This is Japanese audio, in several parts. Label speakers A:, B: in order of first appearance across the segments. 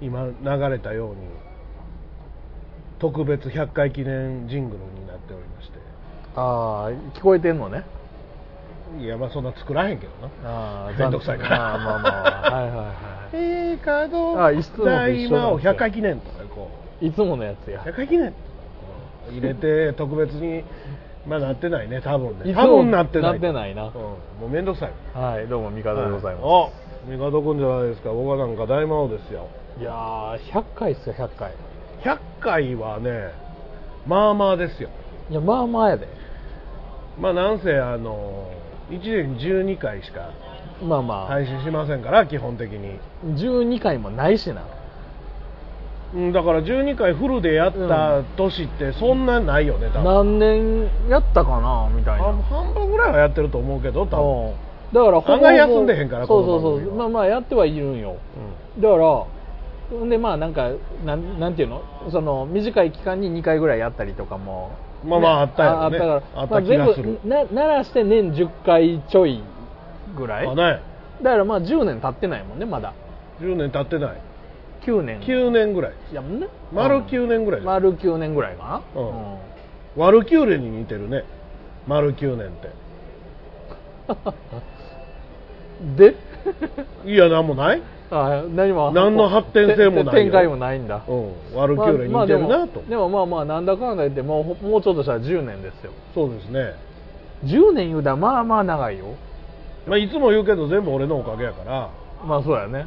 A: 今流れたように特別100回記念ジングルになっておりまして
B: ああ聞こえてんのね
A: いやまあそんな作らへんけどな
B: あー
A: 面倒くさいから
B: あーまあまあはいはいはい
A: ええカード
B: あいつもと一緒なんですよ
A: を100回記念とかこ
B: いつものやつ
A: う
B: や
A: 100回記念とかこう入れて特別にまあなってないね多分ね
B: いつ
A: 多
B: も
A: 分なってない
B: なってないな
A: うん、もう面倒くさい
B: はいどうも三方でございます、
A: はいお味方くんじゃないですか僕はなんか大魔王ですよ
B: い、やー100回っすよ100回
A: 100回はねまあまあですよ
B: いやまあまあやで
A: まあなんせあの1年12回しか
B: まあまあ、
A: 配信しませんから基本的に
B: 12回もないしな
A: うんだから12回フルでやった年ってそんなないよね多分
B: 何年やったかなみたいな
A: 半半分ぐらいはやってると思うけど多分
B: うんだからほぼほぼ
A: 案外休んでへんから
B: そう
A: こ
B: そ
A: の
B: う
A: 番
B: そ
A: 組
B: う
A: は
B: まあまあやってはいるんよだからほんでまあなんかなんなんていうのその短い期間に2回ぐらいやったりとかも
A: まあまああったよね
B: あから
A: あった気がする
B: まあ、全部なならして年10回ちょいぐらい
A: うん、
B: だ
A: まあね
B: からまあ10年経ってないもんねまだ
A: 10年経ってない
B: 9年
A: 9年ぐらい
B: やもんね
A: 丸9年ぐらい
B: 丸9年ぐらいかな
A: うん割る9年に似てるね丸9年っ
B: うんで
A: ていやなんもない、
B: あ何も
A: 何の発展性もないよ
B: て展開もないんだ
A: うん、割る9年に似てる
B: まあまあ
A: な
B: で
A: と、
B: もでもまあまあなんだかんだ言ってもうほもうちょっとしたら10年ですよ
A: そうですね、
B: 10年言うたらまあまあ長いよ
A: まあ、いつも言うけど全部俺のおかげやから、
B: まあそうやね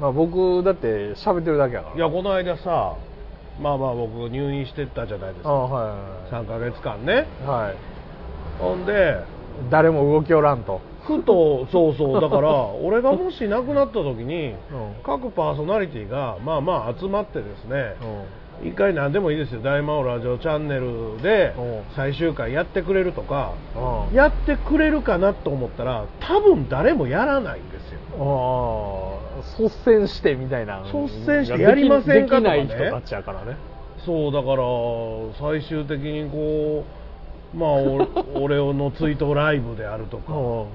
B: まあ僕だって喋ってるだけやから
A: いやこの間さまあまあ僕入院してたじゃないです
B: あ
A: か
B: あはいは
A: 3ヶ月間ね
B: いはい、はい、
A: ほんで
B: 誰も動きおらんと
A: ふとそうそうだから 俺がもし亡くなった時に
B: うん
A: 各パーソナリティがまあまあ集まってですね
B: うん
A: 一回何でもいいですよ「大魔王ラジオチャンネル」で
B: うん
A: 最終回やってくれるとか
B: うん
A: やってくれるかなと思ったら多分誰もやらないんですよ
B: ああ率先してみたいな
A: 率先してやりませんかとかね
B: できない人たちやからね
A: そうだから最終的にこうまあお俺の追悼ライブであると
B: う
A: か
B: ん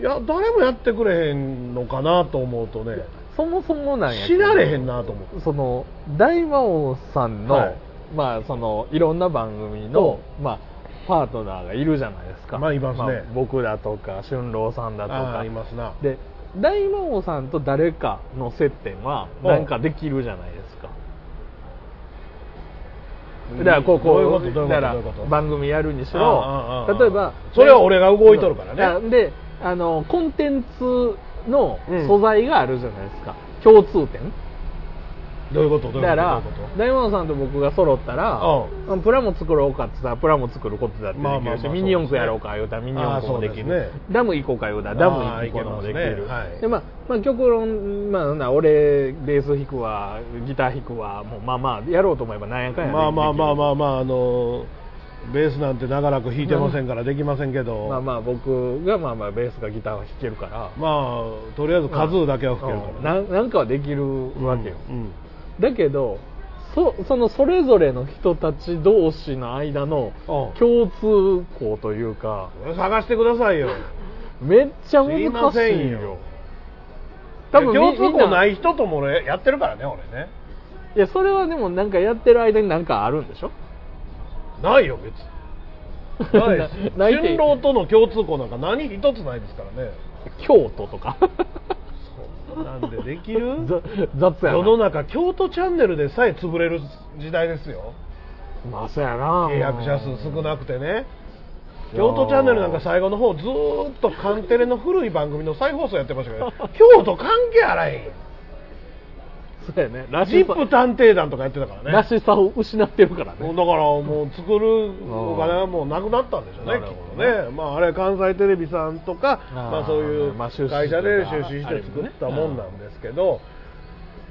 A: いや誰もやってくれへんのかなと思うとね
B: そもそもなんやけ
A: 知
B: ど
A: られへんなと思って
B: その大魔王さんの、
A: はい
B: まあそのいろんな番組の、まあパートナーがいるじゃないですか。
A: まあいますね
B: 僕だとか俊郎さんだと
A: あ
B: か
A: あい。ますな
B: で大魔王さんと誰かの接点は
A: うん
B: なんかできるじゃないですか。だからこう
A: どういう
B: こ
A: こと
B: う
A: どういうこと
B: だ
A: ど
B: から
A: ういうこと
B: 番組やるにし
A: あああああ
B: ろ
A: あ
B: 例えば
A: それは俺が動いとるからね
B: そうであのコンテンツの素材があるじゃないですか、共通点。
A: どういうことどういうこと
B: だか
A: どうい
B: ら
A: うこと
B: 大魔王さんと僕が揃ったらプラも作ろうかって言ったらプラも作ることだってできるし、
A: まあまあまあそうですね
B: ミニ四駆やろうか言うたらミニ四駆もできる
A: ああそうですね
B: ダム行こうか言うたらダム行くこともできる
A: ああいけますねはい
B: でまあ、まあ、極論、まあ、なんだ俺ベース弾くわギター弾くわもうまあまあやろうと思えばなんやかんや
A: まあまあまあま
B: あ
A: あまああのベースなんて長らく弾いてませんからできませんけど
B: まあまあ僕がまあまあベースかギターは弾けるから
A: まあとりあえず数だけは吹けるからね
B: うんななんかはできるわけよ、
A: うんうん
B: だけどそそのそれぞれの人たち同士の間の
A: うん
B: 共通項というか
A: 探してくださいよ
B: めっちゃ
A: 知
B: 難し
A: りませ
B: い
A: ん
B: よ
A: よ
B: 多分み
A: 共通項ない
B: みん
A: 人とも俺やってるからね俺ね
B: いやそれはでもなんかやってる間になんかあるんでしょ
A: ないよ別にないし
B: ないって
A: 新郎との共通項なんか何一つないですからね
B: 京都とか
A: そんなんででき る
B: ざ雑やな
A: 世の中京都チャンネルでさえ潰れる時代ですよ
B: まあそうやな
A: 契約者数少なくてね
B: いやー
A: 京都チャンネルなんか最後の方ずーっとカンテレの古い番組の再放送やってました けど京都関係あらへんよ
B: そうやねら
A: ジ
B: し
A: ッ
B: さ
A: プ探偵団とかやってたからね
B: らしさを失ってるから
A: もう
B: ね
A: だからもう作るお金はもうなくなったんでしょうね
B: なる
A: きっ
B: ほ
A: と
B: どね
A: ね、まあ、あれは関西テレビさんとか
B: あー
A: まあ、そういう
B: まあ
A: 会
B: 出資とか
A: 社で出資して作ったもんなんですけど、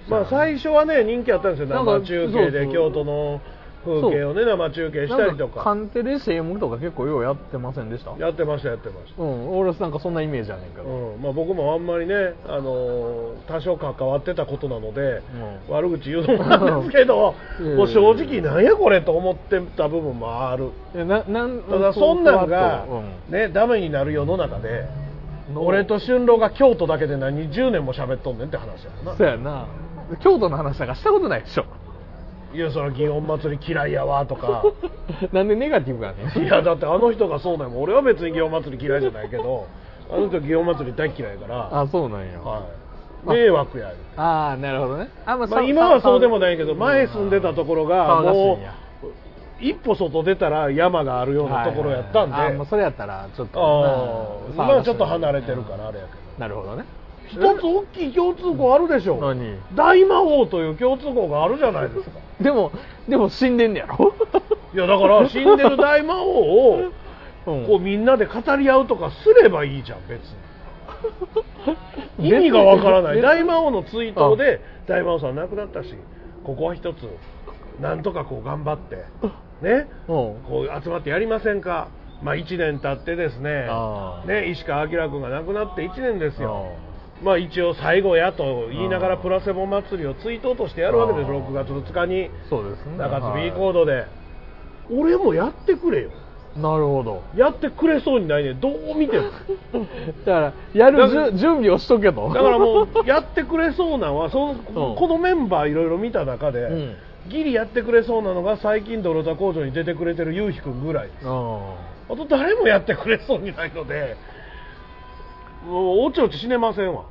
A: まあ、最初はね人気あったんですよ
B: なんか
A: 生中継
B: そう
A: で
B: そう
A: 京都の風景をね生中継したりと
B: なんか
A: か
B: カンテレ CM とか結構ようやってませんでした
A: やってましたやってました、
B: うん俺なんかそんなイメージやねんけど、
A: うんまあ、僕もあんまりね、あのー多少関わってたことなので、
B: うん
A: 悪口言うのもなんですけど、
B: うん
A: もう正直なんやこれと思ってた部分もある
B: えななん
A: ただそんなんが
B: うん、
A: ねダメになる世の中で
B: の
A: 俺と春郎が京都だけで何10年も喋っとんねんって話やもんな
B: そうやな京都の話なんかしたことないでしょ
A: いやそら祇園祭り嫌いやわと か
B: なんでネガティブがね
A: いやだってあの人がそうなんやもん俺は別に祇園祭り嫌いじゃないけどあの人祇園祭り大嫌いやから
B: あそうなんや、
A: はい、迷惑やよ
B: ああなるほどねあ、ま
A: まあ、今はそうでも
B: い
A: ないけど前住んでたところが
B: 騒がしい
A: も
B: んや
A: う一歩外出たら山があるようなところやったんで、
B: はいはいはいあもうそれやったらちょっと
A: ああ
B: な
A: 今はちょっと離れてるから
B: 騒が
A: あれやけど
B: しいななるほどね
A: 一つ大きい共通項あるでしょ
B: 何
A: 大魔王という共通項があるじゃないですか
B: でもでも死んでんねやろ、
A: いやだから死んでる大魔王を
B: うん
A: こうみんなで語り合うとかすればいいじゃん別に意味がわからない
B: 別に
A: 大魔王の追悼で大魔王さん亡くなったしここは一つなんとかこう頑張ってね
B: うん
A: こう集まってやりませんかまあ1年経ってですね
B: ああ
A: ね石川明君が亡くなって1年ですよ
B: ああ
A: まあ一応最後やと言いながらプラセボ祭りを追悼としてやるわけです
B: ああ
A: 6月2日に
B: そうですね
A: 中津 B
B: はい
A: コードで俺もやってくれよ
B: なるほど
A: やってくれそうにないねどう見ても
B: だからやる
A: だ
B: じ
A: から
B: ゅ準備をしとけと
A: だからもうやってくれそうなんはそのここのメンバーいろいろ見た中で、
B: うん
A: ギリやってくれそうなのが最近ドルタ工場に出てくれてるゆうひくんぐらい
B: うん
A: あと誰もやってくれそうにないのでもうおちおち死ねませんわ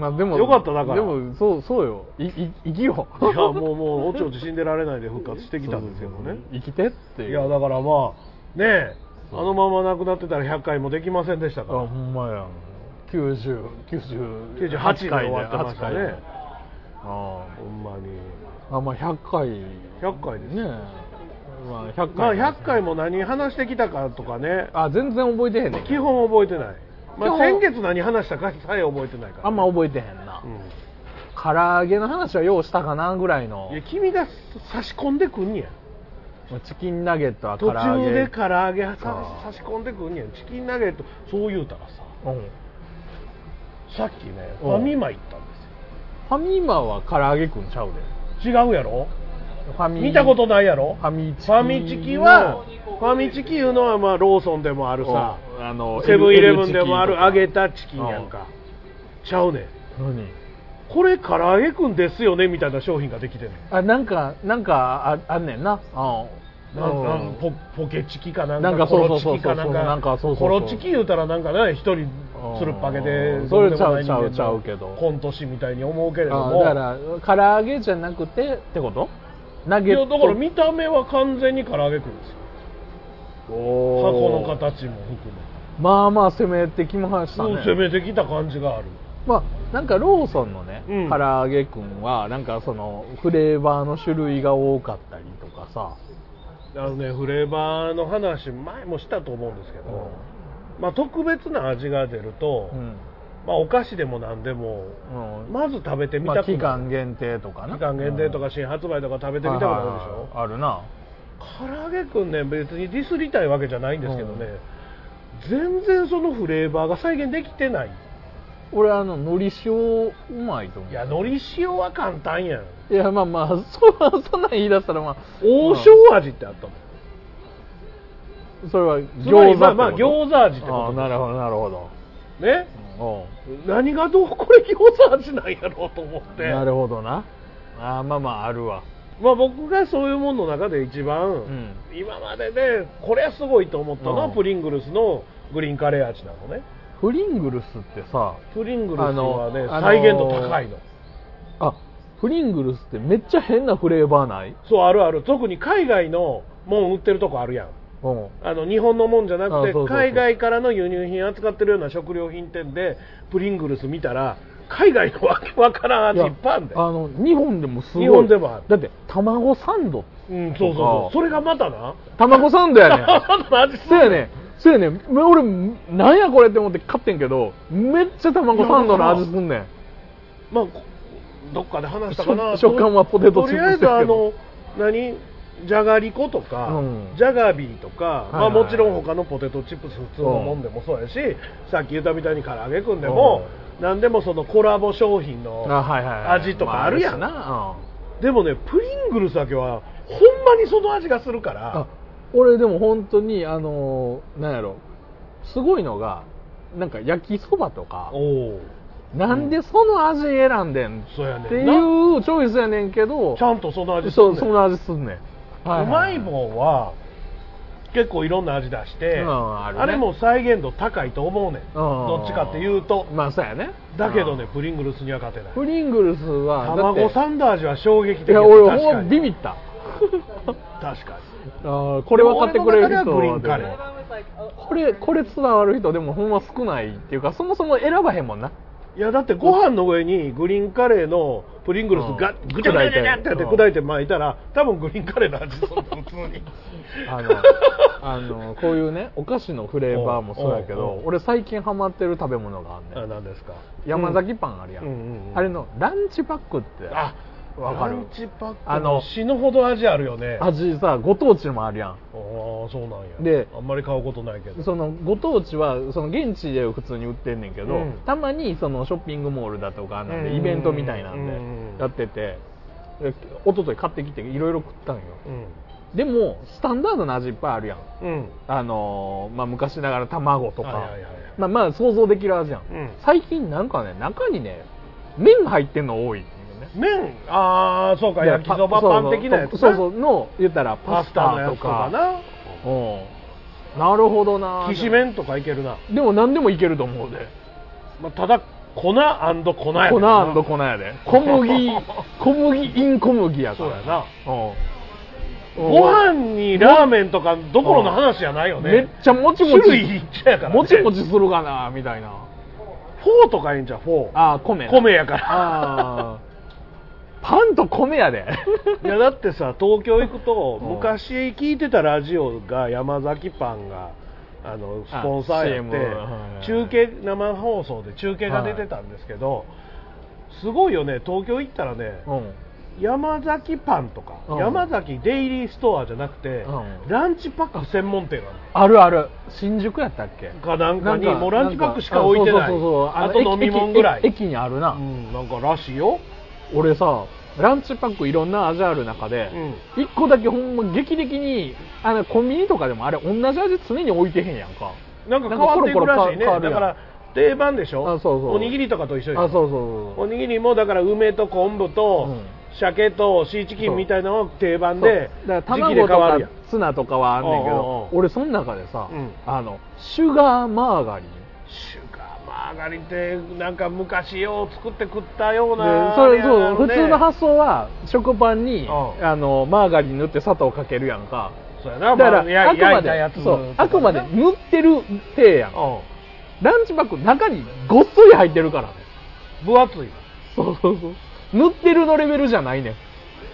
B: まあでも
A: よかっただから
B: でもそうそうよいい生きよ
A: いやもうもうおちおち死んでられないで復活してきたんですけど
B: そう
A: ね
B: そうそう 生きてっていう
A: いやだからまあねえあのまま亡くなってたら100回もできませんでした
B: あ
A: から
B: ほんまやん9098
A: 98で終わってましたね
B: あ
A: ほんまに
B: ああまあ100回
A: 100回です
B: ねえまあ100
A: まあ
B: 回、
A: 100回も何話してきたかとかね
B: あ全然覚えてへんねん
A: 基本覚えてない、
B: 基
A: まあ、
B: 本
A: 先月何話したかさえ覚えてないから、
B: あんま覚えてへんな、
A: う
B: 唐揚げの話はようしたかなぐらいの
A: ん、いや君が差し込んでくんねや
B: チキンナゲットは
A: 途
B: 唐揚
A: 中
B: げ
A: で唐揚げさ
B: あー
A: 差し込んでくんねやチキンナゲットそう言うたらさ
B: うん
A: さっきね
B: う
A: フ
B: ん
A: ァミマ行ったん
B: ファミマは唐揚げくんちゃうで
A: ですよ違うやろ
B: ファミ
A: 見たことないやろ
B: ファミチキ
A: ファミチキはファミチキいうのはまあローソンでもあるさ
B: うんあの
A: セブンイレブンでもある
B: L-
A: 揚げたチキンやんかちゃうねん
B: 何
A: これ唐揚げくんですよねみたいな商品ができてる
B: あなんかなんかああんねんなあ
A: なん
B: う
A: なん
B: ん
A: ポポケチキかなん
B: なん
A: か
B: か
A: コ
B: そう
A: ロ
B: そう
A: チ
B: そ
A: キか
B: う
A: なん
B: なん
A: か
B: かそうそうそ
A: コ
B: う
A: ロチキ言うたらなんかね一人つるっぱげ
B: う
A: で
B: んそれ
A: どうでもない人間の
B: ちゃうちゃうちゃうけど
A: コント師みたいに思うけれど
B: あ
A: も
B: だから唐揚げじゃなくてってことナ
A: い
B: ゲッ
A: や
B: ト
A: だから見た目は完全に唐揚げくんですよ箱
B: お
A: の
B: ー
A: 形も含め
B: まあまあ攻めてきました
A: そう
B: ね
A: 攻めてきた感じがある
B: まあなんかローソンのね、
A: うん
B: 唐揚げくんはなんかそのフレーバーの種類が多かったりとかさ、
A: あのねフレーバーの話前もしたと思うんですけど、まあ、特別な味が出ると、
B: うん
A: まあ、お菓子でも何でも
B: うん
A: まず食べてみ
B: まあ、
A: たくな
B: 期
A: る、
B: 間限定とかな
A: 期間限定と
B: うん
A: か新発売とか食べてみたくなるでしょ、
B: あるな
A: 唐揚げくんね別にディスりたいわけじゃないんですけどね、全然そのフレーバーが再現できてない
B: 俺あの海苔塩うまいと思う
A: いや海苔塩は簡単やん
B: いやまあまあそうそんなん言い出したらまあ
A: 王将味ってあったもん、
B: それは
A: つまり
B: 餃子
A: まあまあ
B: ってこと
A: 餃子味って
B: あ
A: こ
B: あなるほどなるほど、
A: とね
B: うん
A: 何がどうこれ餃子味なんやろうと思って
B: なるほどなあーまあまああるわ
A: まあ、僕がそういうものの中で一番、
B: ん
A: 今まででこれはすごいと思ったのは、
B: うん
A: プリングルスのグリーンカレー味なのね
B: フリングルスってさ
A: プリングルスはね、
B: あの
A: 再現度高いの、
B: あフリングルスってめっちゃ変なフレーバーない
A: そうあるある特に海外のもん売ってるとこあるやん
B: うん
A: あの日本のもんじゃな
B: あ
A: く
B: そ
A: て
B: うそうそう
A: 海外からの輸入品扱ってるような食料品店でプリングルス見たら海外のわけわからん味いっぱいあんだよ
B: あの日本でもすごい
A: 日本でもある
B: だって卵サンド
A: うんそうそうそ
B: とか
A: うそれがまたな
B: 卵サンドやねん
A: また味す
B: そうやねそうやね俺なんやこれって思って買ってんけどめっちゃ卵サンドの味すんねん
A: まあ、こどっかで話したかな
B: 食食感はポテト
A: と
B: チ
A: り
B: ッ
A: あ
B: プ
A: え
B: ス
A: ず
B: です
A: あ
B: けど
A: の何じゃがりことか、
B: うん
A: じゃがビーとか、ま
B: は
A: あ、
B: いは
A: も
B: い
A: ちろん他のポテトチップス普通のもんでもそうやし、さっき言ったみたいに唐揚げくんでも、なん、何でもそのコラボ商品の
B: あはいはいはい
A: 味とかあるやん、
B: まああるし
A: でもねプリングルスだけはほんまにその味がするか
B: なうんあ
A: ら
B: 俺でも本当にあのなんやろすごいのがなんか焼きそばとか
A: おお
B: なんでその味選んでん
A: そうやねんな
B: っていうチョイスやねんけど
A: ちゃんとその味す
B: そ
A: んねん
B: うその味すんねん、は
A: うまい
B: ん
A: 棒は結構いろんな味出して、
B: うんあ
A: あ
B: るね
A: れも再現度高いと思うねん、どっちかっていうと、
B: まあそうやね
A: だけど
B: う
A: ね
B: ん
A: プリングルスには勝てない
B: プリングルスはだって
A: 卵サンド味は衝撃的
B: いや
A: った
B: 俺
A: 確
B: ほ
A: か
B: ん
A: に
B: まビビった
A: 確かに
B: あーこれ分かってくれる人
A: 俺の中ではグリーンカレー
B: これこれ伝わる人でもほんま少ないっていうかそもそも選ばへんもんない
A: やだってご飯の上にグリーンカレーのプリングルスが
B: うん
A: ぐちゃぐちゃぐちゃぐちゃってやって
B: うん
A: 砕いて巻いたら多分グリーンカレーの味するの普通に
B: あのあのこういうねお菓子のフレーバーもそうやけ
A: おうおう
B: ど
A: おう
B: 俺最近ハマってる食べ物があんね
A: あ
B: ん
A: 何ですか
B: 山崎パンあるやん,、
A: うんうんうん
B: あれのランチパックって
A: あ
B: わかる
A: ランチパック
B: あの
A: 死ぬほど味あるよねあ
B: 味さご当地もあるやん
A: あーそうなんや
B: で
A: あんまり買うことないけど
B: そのご当地はその現地では普通に売ってんねんけど、
A: うん
B: たまにそのショッピングモールだとかなん
A: うん
B: でイベントみたいな
A: うん
B: んでやっててで一昨日買ってきていろいろ食ったんよ
A: うん
B: でもスタンダードな味いっぱいあるやん
A: うん
B: あのーまあ、昔ながら卵とか、
A: はいはいはいはい
B: まあ、まあ想像できる味やん、
A: うん
B: 最近なんかね中にね麺入ってんの多いっていうね
A: 麺ああそうか
B: いや
A: 焼きそばパン的なやつ
B: そう
A: な
B: そうそうそうの言ったらパ
A: パ
B: ス
A: スタの
B: タ
A: や
B: と
A: つとか
B: か
A: な
B: うんなるほどな
A: きしめんとかいけるな、
B: でも何でもいけると思うで
A: まあ、ただ粉粉やねんな
B: 粉粉やで 小麦小麦イン小麦やか
A: そう
B: ら
A: やな
B: うん
A: ご飯にラーメンとかどころの話じゃないよね
B: めっちゃもちもち
A: 種類いっちゃやから、ね、
B: もちもちするかなみたいな
A: フォーとかいいんじゃんフォー
B: あー米な
A: 米やから
B: あーパンと米やで
A: いやだってさ東京行くと
B: うん
A: 昔聞いてたラジオが山崎パンがあのスポンサーやって、
B: CM はい
A: 中継生放送で中継が出てたんですけど、すごいよね東京行ったらね、
B: うん
A: 山崎パンとか、
B: うん
A: 山崎デイリーストアじゃなくて、
B: うん
A: ランチパック専門店なの
B: あるある新宿やったっけ
A: かなんかに
B: なんか
A: もうランチパックしか置いてない
B: あそうそうそうそう
A: あ
B: の
A: と
B: 駅
A: 飲み物ぐらい
B: 駅駅にあるな、
A: うん、なんからしいよ
B: 俺さランチパックいろんな味ある中で、一個だけほんま劇的にあのコンビニとかでもあれ同じ味常に置いてへんやんか
A: なんか変わっていくらしいねだ
B: なんかコロコロ変わ変
A: か
B: わるやん
A: ら定番でしょ
B: あそうそう
A: おにぎりとかと一緒でしょ
B: あそうそうそ
A: お
B: う
A: にぎりもだから梅と昆布と、
B: うん
A: 鮭とシーチキンみたいなのを定番で
B: そうだから
A: 時期
B: 卵とか
A: やん
B: ツナとかはあんねんけ
A: おうおう
B: ど
A: おう
B: 俺その中でさ、
A: うん
B: あのシュガーマーガリン
A: シュガーマーガリンってなんか昔よう作って食ったよう
B: で
A: な
B: それそう
A: あ
B: 普
A: ね
B: 通の発想は食パンに
A: うん
B: あのマーガリン塗って砂糖かけるやんか
A: そうや
B: だ
A: な
B: から
A: まあや
B: あくま
A: 焼いたや
B: で
A: つ
B: そうあくまで
A: うん
B: 塗ってる体やんランチパック中にごっそり入ってるからね
A: 分厚い
B: そうそうそう 塗ってるのレベルじゃないねん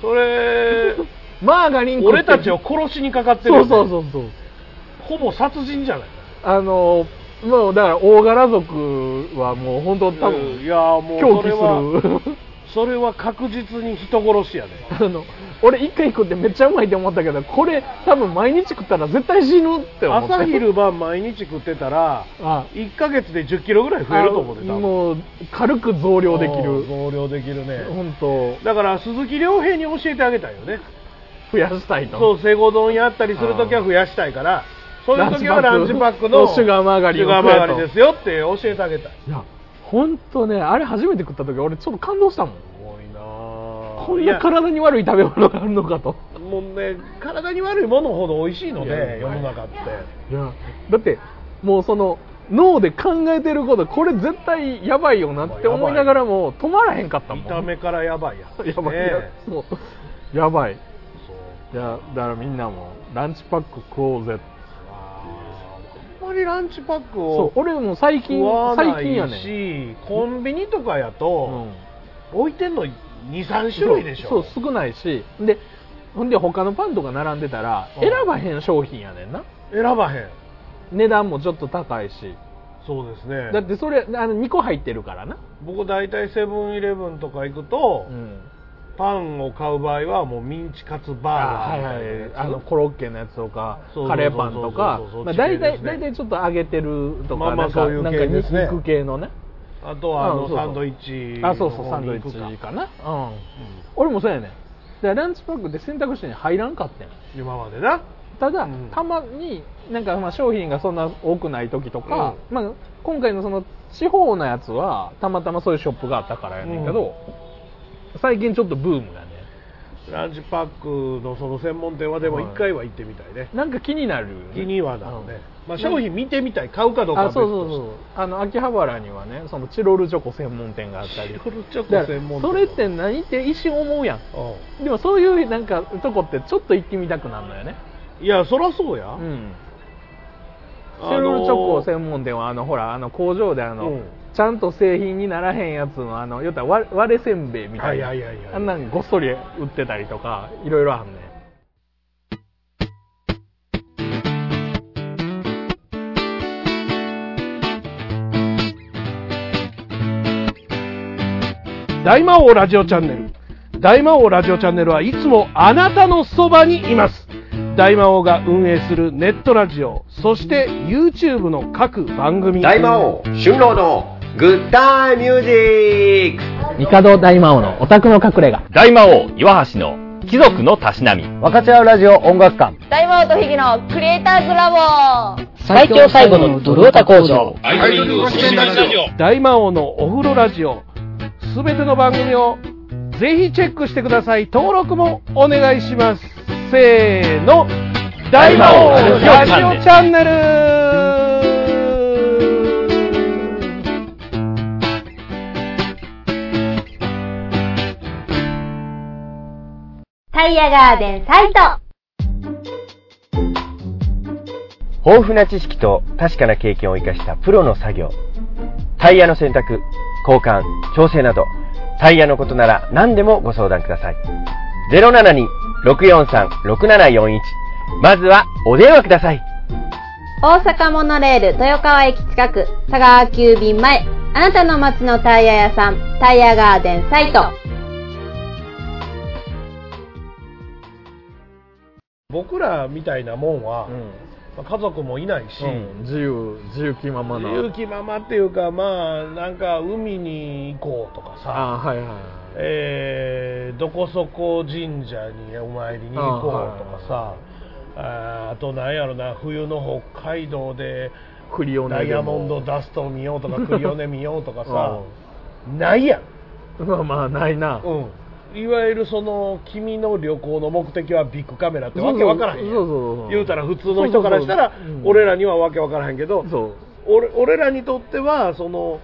A: それ
B: マーガリン食って
A: 俺たちを殺しにかかってる
B: そ
A: よ
B: う
A: ね
B: そうそうそう
A: ほぼ殺人じゃない
B: あのもうだから大柄族はもう本当多
A: い
B: 分
A: やもう
B: 狂
A: それ
B: 気
A: は
B: する
A: それは確実に人殺しやね
B: あの俺一回食ってめっちゃうまいって思ったけどこれ多分毎日食ったら絶対死ぬって思って
A: 朝昼晩毎日食ってたら
B: あ
A: 1か月で1 0キロぐらい増えると思うで多分
B: もう軽く増量でき
A: うん
B: る
A: 増量できるね
B: 本当
A: だから鈴木亮平に教えてあげたいよね
B: 増やしたいと
A: そうセゴ丼やったりする時は増やしたいからそういう時はランチパックの
B: シュガーマーガリン
A: シ
B: を
A: ュ
B: 食え
A: ガーマ
B: と
A: ーガリンですよって教えてあげたい
B: いや本当ねあれ初めて食った時俺ちょっと感動したもん
A: すごいなぁ
B: こん
A: い
B: な
A: や
B: 体に悪い食べ物があるのかと
A: もうね体に悪いものほど美味しいの
B: いや
A: で世の中って
B: いやだってもうその脳で考えてることこれ絶対やばいよなって思いながらも止まらへんかったもん
A: 見た目からやばいやん
B: やばい
A: ね
B: や
A: え
B: もうやばい
A: そう
B: いやだからみんなもランチパック食おうぜ
A: あーあんまりランチパック
B: そう
A: を
B: 俺も最近
A: 食わな
B: 最近や
A: い
B: ねん
A: しコンビニとかや
B: うん
A: と置いてんの23種類でしょ
B: そうそう少ないしでほんで他のパンとか並んでたら
A: うん
B: 選ばへん商品やねんな
A: 選ばへん
B: 値段もちょっと高いし
A: そうですね
B: だってそれあの2個入ってるからな、
A: 僕大体セブンイレブンとか行くと、
B: うん、
A: パンを買う場合はもうミンチカツ
B: あ
A: バーガーみたいなや
B: はいはい
A: つ
B: あのコロッケのやつとか
A: そうそうそうそう
B: カレーパンとか
A: そうそうそう
B: まあ
A: 地形
B: 大
A: です
B: 体
A: ね
B: 大体ちょっと揚げてるとか、
A: まあまあ
B: なんか
A: そういう系ですね
B: なんか肉系のね
A: あとはあ
B: うん
A: の
B: そうそう
A: サンドイッチ
B: あそうそうサンドイ
A: の方に行く
B: ッチ
A: か
B: かなうん俺もそうやねんだからランチパックで選択肢に入らんかってん
A: 今までな
B: ただ、
A: うん
B: たまになんかまあ商品がそんな多くない時とか、まあ、今回のその地方のやつはたまたまそういうショップがあったからやねんけど、最近ちょっとブームがね
A: ランチパックのその専門店はでも
B: はい
A: 1回は行ってみたいね、
B: なんか気になるよね
A: 気にはなるね、
B: うん
A: まあ、商品見てみたい買うかどうかは
B: あ
A: 別と
B: そう
A: して
B: そうそうあの秋葉原にはねそのチロルチョコ専門店があったり
A: チロルチョコ
B: だから
A: 専門店
B: それって何って一瞬思うやん
A: う
B: でもそういうなんかとこってちょっと行ってみたくなるのよね
A: んいやそらそうや、
B: うんチ
A: あのー
B: ロルチョコ専門店はあのほらあの工場であの、
A: うん
B: ちゃんと製品にならへんやつのあの言ったら割割れせんべいみたいな
A: はいはいはいはい
B: あんなんごっそり売ってたりとかいろいろあんねん
A: 大魔王ラジオチャンネル大魔王ラジオチャンネルはいつもあなたのそばにいます大魔王が運営するネットラジオそして YouTube の各番組
C: 大魔王春郎のグッタイミュージック
B: 帝大魔王のオタクの隠れ家
D: 大魔王岩橋の貴族のたしなみ
E: 分かち合うラジオ音楽館
F: 大魔王とヒゲのクリエイターズラボ
E: 最強最後のドルオタ工場
A: 大魔王のお風呂ラジオすべての番組をぜひチェックしてください登録もお願いしますせーの大魔王ラジオチャンネル
F: タイヤガーデンサイト
C: 豊富な知識と確かな経験を生かしたプロの作業タイヤの選択交換調整などタイヤのことなら何でもご相談ください072-643-6741まずはお電話ください
F: 大阪モノレール豊川駅近く佐川急便前あなたの街のタイヤ屋さんタイヤガーデンサイト
A: 僕らみたいなもんは、まあ家族もいないし、
B: うん、自由自由気ままな
A: 自由気ままっていうかまあなんか海に行こうとかさ、
B: ああはいはいはい
A: えーどこそこ神社にお参りに行こうとかさあ,、あとなんやろな冬の北海道で
B: クリオネ
A: ダイ
B: で
A: ヤ
B: も
A: モンドダストを見ようとかクリオネ見ようとかさ、ないやん、
B: うんまあまあないな、
A: うん、いわゆるその君の旅行の目的はビッグカメラってわけわからへんやん
B: そうそうそうそう
A: 言うたら普通の人からしたら
B: そうそうそううん
A: 俺らにはわけわからへんけど
B: そう
A: 俺俺らにとってはその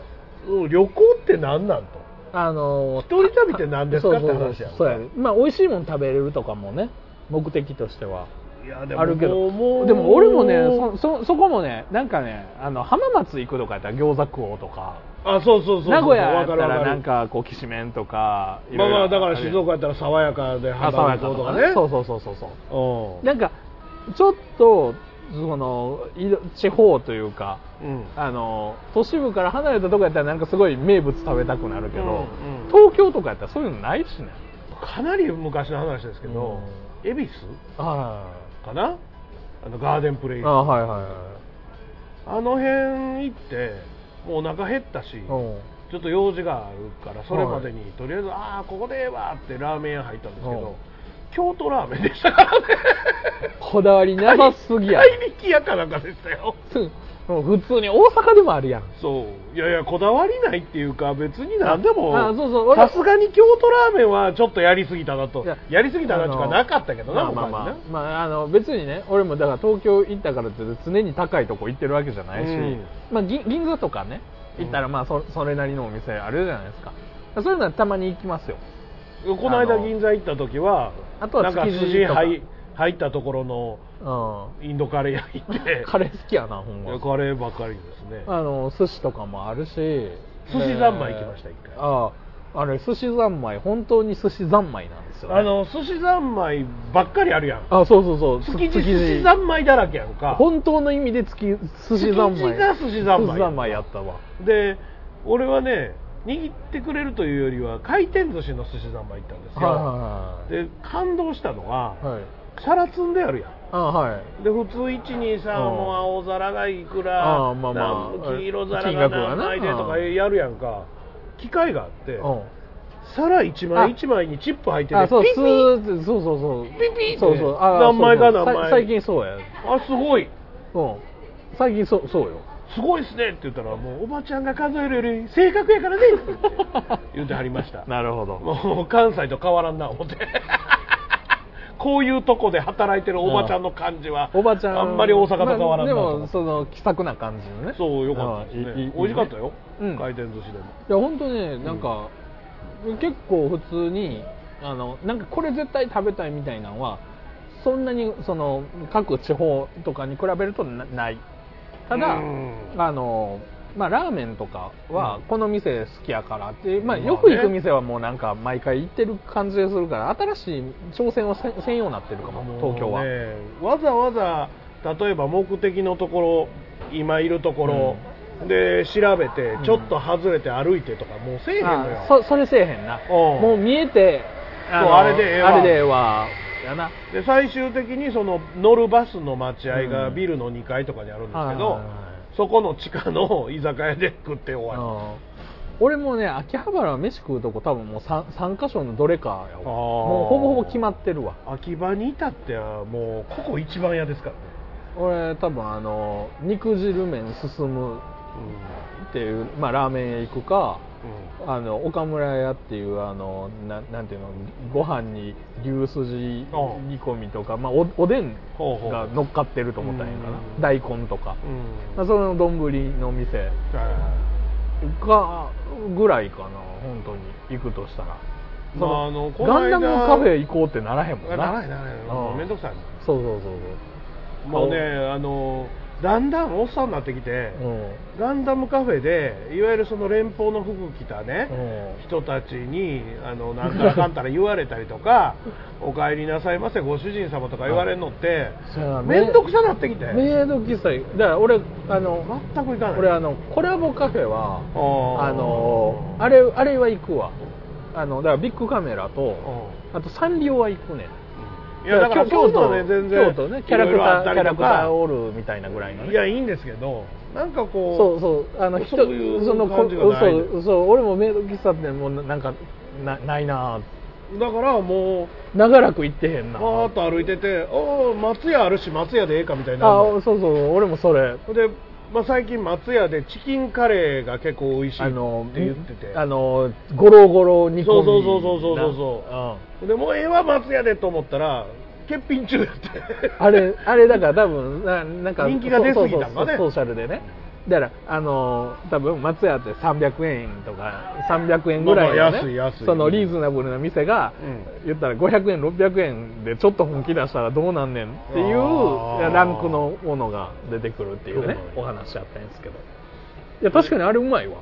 A: うん旅行って何なんと
B: あのー
A: 一人旅って何ですかって話やん
B: そうそうそうそうやねまあ美味しいもん食べれるとかもね目的としてはい
A: や
B: あるけど
A: もう
B: でも俺もねそそそこもねなんかねあの浜松行くとかやったら餃子食おうとか
A: あそうそうそうそう
B: 名古屋やった
A: わるわ
B: ら
A: る
B: なんかこうきしめんとかい
A: ま
B: ろ
A: あ
B: いろ
A: まあだ
B: る
A: から静岡やったら爽やかで
B: あ爽やか
A: と
B: と
A: か
B: か
A: ね
B: ねそうそうそうそうそ
A: う
B: う
A: ん
B: なんかちょっとそのいろ地方というか
A: うん
B: あの都市部から離れたとこやったらなんかすごい名物食べたくなるけど、
A: うんうん
B: 東京とかやったらそういうのないしね
A: かなり昔の話ですけど恵比寿
B: あ
A: かなあのガーデンプレイス
B: あ
A: あ
B: はいはいは
A: の辺行ってもうお腹減ったし
B: いうん
A: ちょっと用事があるからそれまでに、とりあえずああここでええわってラーメン屋入ったんですけど、
B: はい
A: 京都ラーメンでしたからね
B: こだわりなさすぎや
A: 怪力屋かなんかでしたよ
B: も う普通に大阪でもあるやん
A: そういやいやこだわりないっていうか別に何で
B: あ
A: も
B: そうそう俺
A: さすがに京都ラーメンはちょっとやりすぎたなと
B: いや
A: やりすぎたなとかなかったけどな
B: まあまあま
A: 他
B: あ
A: にね、
B: まあ、あの別にね俺もだから東京行ったからって常に高いとこ行ってるわけじゃないし、
A: うん
B: まあ、銀銀座とかね行ったらまあそそれなりのお店あるじゃないですかそういうのはたまに行きますよ
A: この間銀座行った時は
B: あとは
A: なんか
B: 築地とか
A: 筋入入ったところの
B: う
A: インドカレー屋行っ
B: ん
A: て
B: カレー好きやなほん
A: い
B: ま
A: やカレーばっかりですね
B: あの寿司とかもあるし
A: 寿司三昧行きました一回
B: あああれ寿司三昧本当に寿司三昧なんですよ、ね、
A: あの寿司三昧ばっかりあるやん
B: あそうそうそう
A: 築地寿司三昧だらけやんか
B: 本当の意味で月寿司三昧
A: 築地が寿司三昧
B: 寿司三昧やったわ
A: で俺はね握ってくれるというよりは回転寿司の寿司三昧行ったんですよ、
B: はいはいはい
A: で感動したのは、
B: はい
A: 皿積んであるやん
B: あはい
A: で普通123
B: うん
A: もう青皿がいく
B: あ
A: ら
B: ーまあまあ
A: なん黄色
B: 金
A: 皿
B: 額
A: が
B: が
A: 何
B: な
A: 枚でとかやるやんか機械があって
B: うん
A: 皿一枚一枚にチップ入ってて
B: あ、そう、
A: ピ
B: ス
A: ッピッ
B: ーッてそうそうそう。
A: ピッ
B: そうそう。あ
A: 何枚か
B: そうそう
A: 何枚
B: さ最近そうや。
A: あすごい
B: うん。最近そう、そうよ。
A: すごいっすねって言ったらもうおばちゃんが数えるより正確やからね って言ってはりました
B: るほど。
A: もう関西と変わらんな思って こういうとこで働いてるおばちゃんの感じは
B: おばちゃん。
A: あんまり大阪と変わらんな
B: で
A: と思
B: も、
A: って
B: その、気さくな感じのね。
A: そうよかったです
B: うんいいいい
A: ね美味しかったよ、
B: うん
A: 回転寿司でも
B: いや本当ねなんか、結構普通にあのなんかこれ絶対食べたいみたいなのはそんなにその各地方とかに比べるとなないただ、
A: うん
B: あのまあ、ラーメンとかはこの店好きやからって、まあ、
A: まあね
B: よく行く店はもうなんか毎回行ってる感じがするから新しい挑戦をせ専用になってるかも東京は、
A: もうねわざわざ例えば目的のところ今いるところ、で調べてちょっと外れて歩いてとかもうせえへんのよ、
B: あそそれせえへんな
A: うん
B: もう見えて
A: そう
B: の
A: あれでええわ
B: あれでええわやな
A: で最終的にその乗るバスの待合が
B: うん
A: ビルの2階とかにあるんです
B: はい
A: け
B: はい
A: ど、
B: はい
A: そこの地下の居酒屋で食って終わ
B: 俺もね秋葉原は飯食うとこ多分もう 3, 三箇所のどれかやわ
A: あー
B: もうほぼほぼ決まってるわ
A: り秋葉にいたってはもうここ一番屋ですからね、
B: 俺多分あの肉汁麺進むっていう、まあ、ラーメン屋行くかあの岡村屋っていうあのななんていうのご飯に牛すじ煮込みとか、まあ、おおでん
A: ほうほう
B: が乗っかってると思ったんやか
A: うん
B: な大根とか、
A: うん
B: まあ、それの丼の店かぐらいかな本当に行くとしたら、そ
A: ま
B: の
A: ああのこの間
B: ガンダムカフェ行こうってならへんもんな
A: ならないならない
B: うん
A: もうめんどくさいもん
B: そうそうそう
A: もうねあのだんだんおっさんになってきて、
B: そううん
A: ガンダムカフェでいわゆるその連邦の服着たね、人たちにあのなんたらかんたら言われたりと か「お帰りなさいませご主人様」とか言われるのって
B: うん
A: 面倒くさなってきて全
B: メイド喫茶行くだから俺あの
A: く行かない
B: 俺あのコラボカフェは
A: あ
B: あのあれあれは行くわあのだからビッグカメラとあとサンリオは行くね
A: いやだから
B: 京
A: 京
B: 都
A: 都ね全然
B: 京都ねキャラク
A: いろ
B: タ
A: いろあっ
B: ーキ
A: た
B: ャ
A: り
B: ラ
A: と
B: クター
A: か
B: おるみたいなぐらいのね
A: いやいいんですけどなんかこう
B: そうそうあの人
A: そういう
B: そのこ
A: 感じがない
B: そうそう俺もメイド喫茶ってもうななんかなないな
A: だからもう
B: 長らく行ってへんな
A: パーッと歩いてて「おお松屋あるし松屋でええか」みたいになる
B: あ
A: のよ
B: そうそう俺もそれ
A: で、まあ、最近松屋でチキンカレーが結構美味しい
B: あ
A: って
B: の
A: 言ってて
B: あのゴロゴロ煮込み
A: そうそうそうそうそうそうそう
B: な
A: でもうええわ松屋でと思ったら欠品中や って
B: んあれあれだから多分ななんか
A: 人気が出過ぎたん
B: そ
A: だ
B: うそう
A: ね
B: そうソーシャルでねだからあの多分松屋って300円とか300円ぐらいの、ね
A: まあまあ安い安い
B: そのリーズナブルな店が、
A: う
B: 言ったら500円600円でちょっと本気出したらどうなんねんっていう
A: あー
B: ランクのものが出てくるっていうね
A: そうなんや
B: お話あったんですけどいや確かにあれうまいわ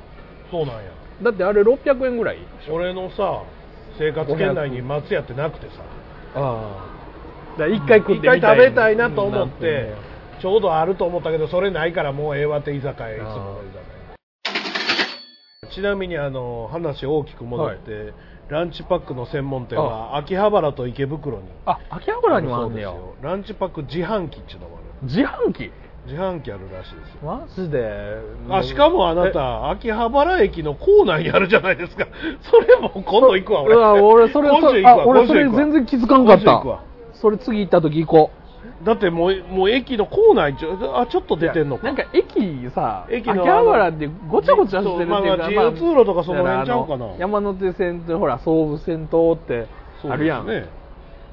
A: そうなんや
B: だってあれ600円ぐらい
A: 俺のさ生活圏内に松屋ってなくてさ
B: ああ。だから一回食って
A: 一
B: みたい。
A: 回食べたいなと思って
B: うん
A: ちょうどあると思ったけどそれないからもうええわって居酒屋いつもの居酒屋ちなみにあの話大きく戻って、ランチパックの専門店は秋葉原と池袋に
B: あ、秋葉原にもあんねや
A: そう。ですよランチパック自販機っちゅうのもあ
B: 自販機
A: る自販機あるらしいですよ
B: マジで。
A: あしかもあなた秋葉原駅の構内にあるじゃないですか それも今度行くわ
B: え。
A: 俺
B: うわ、俺それ、
A: 今週
B: それ
A: 行く
B: あ
A: わ
B: 俺そ
A: 今週
B: れ
A: 行くわ
B: 全然気づかんかっ
A: 今週行く
B: た
A: わ。
B: それ次行った時行こう。
A: だってもうもう駅の構内ちょあちょっと出てんのか
B: なんか駅さ、
A: 駅
B: 秋
A: のあの
B: 葉原ってごちゃごちゃしてるっていうか、
A: そうまあまあ自由通路とかその辺ちゃうかな
B: だらあの山手線ってほら、総武線通ってあるやん。
A: そうですね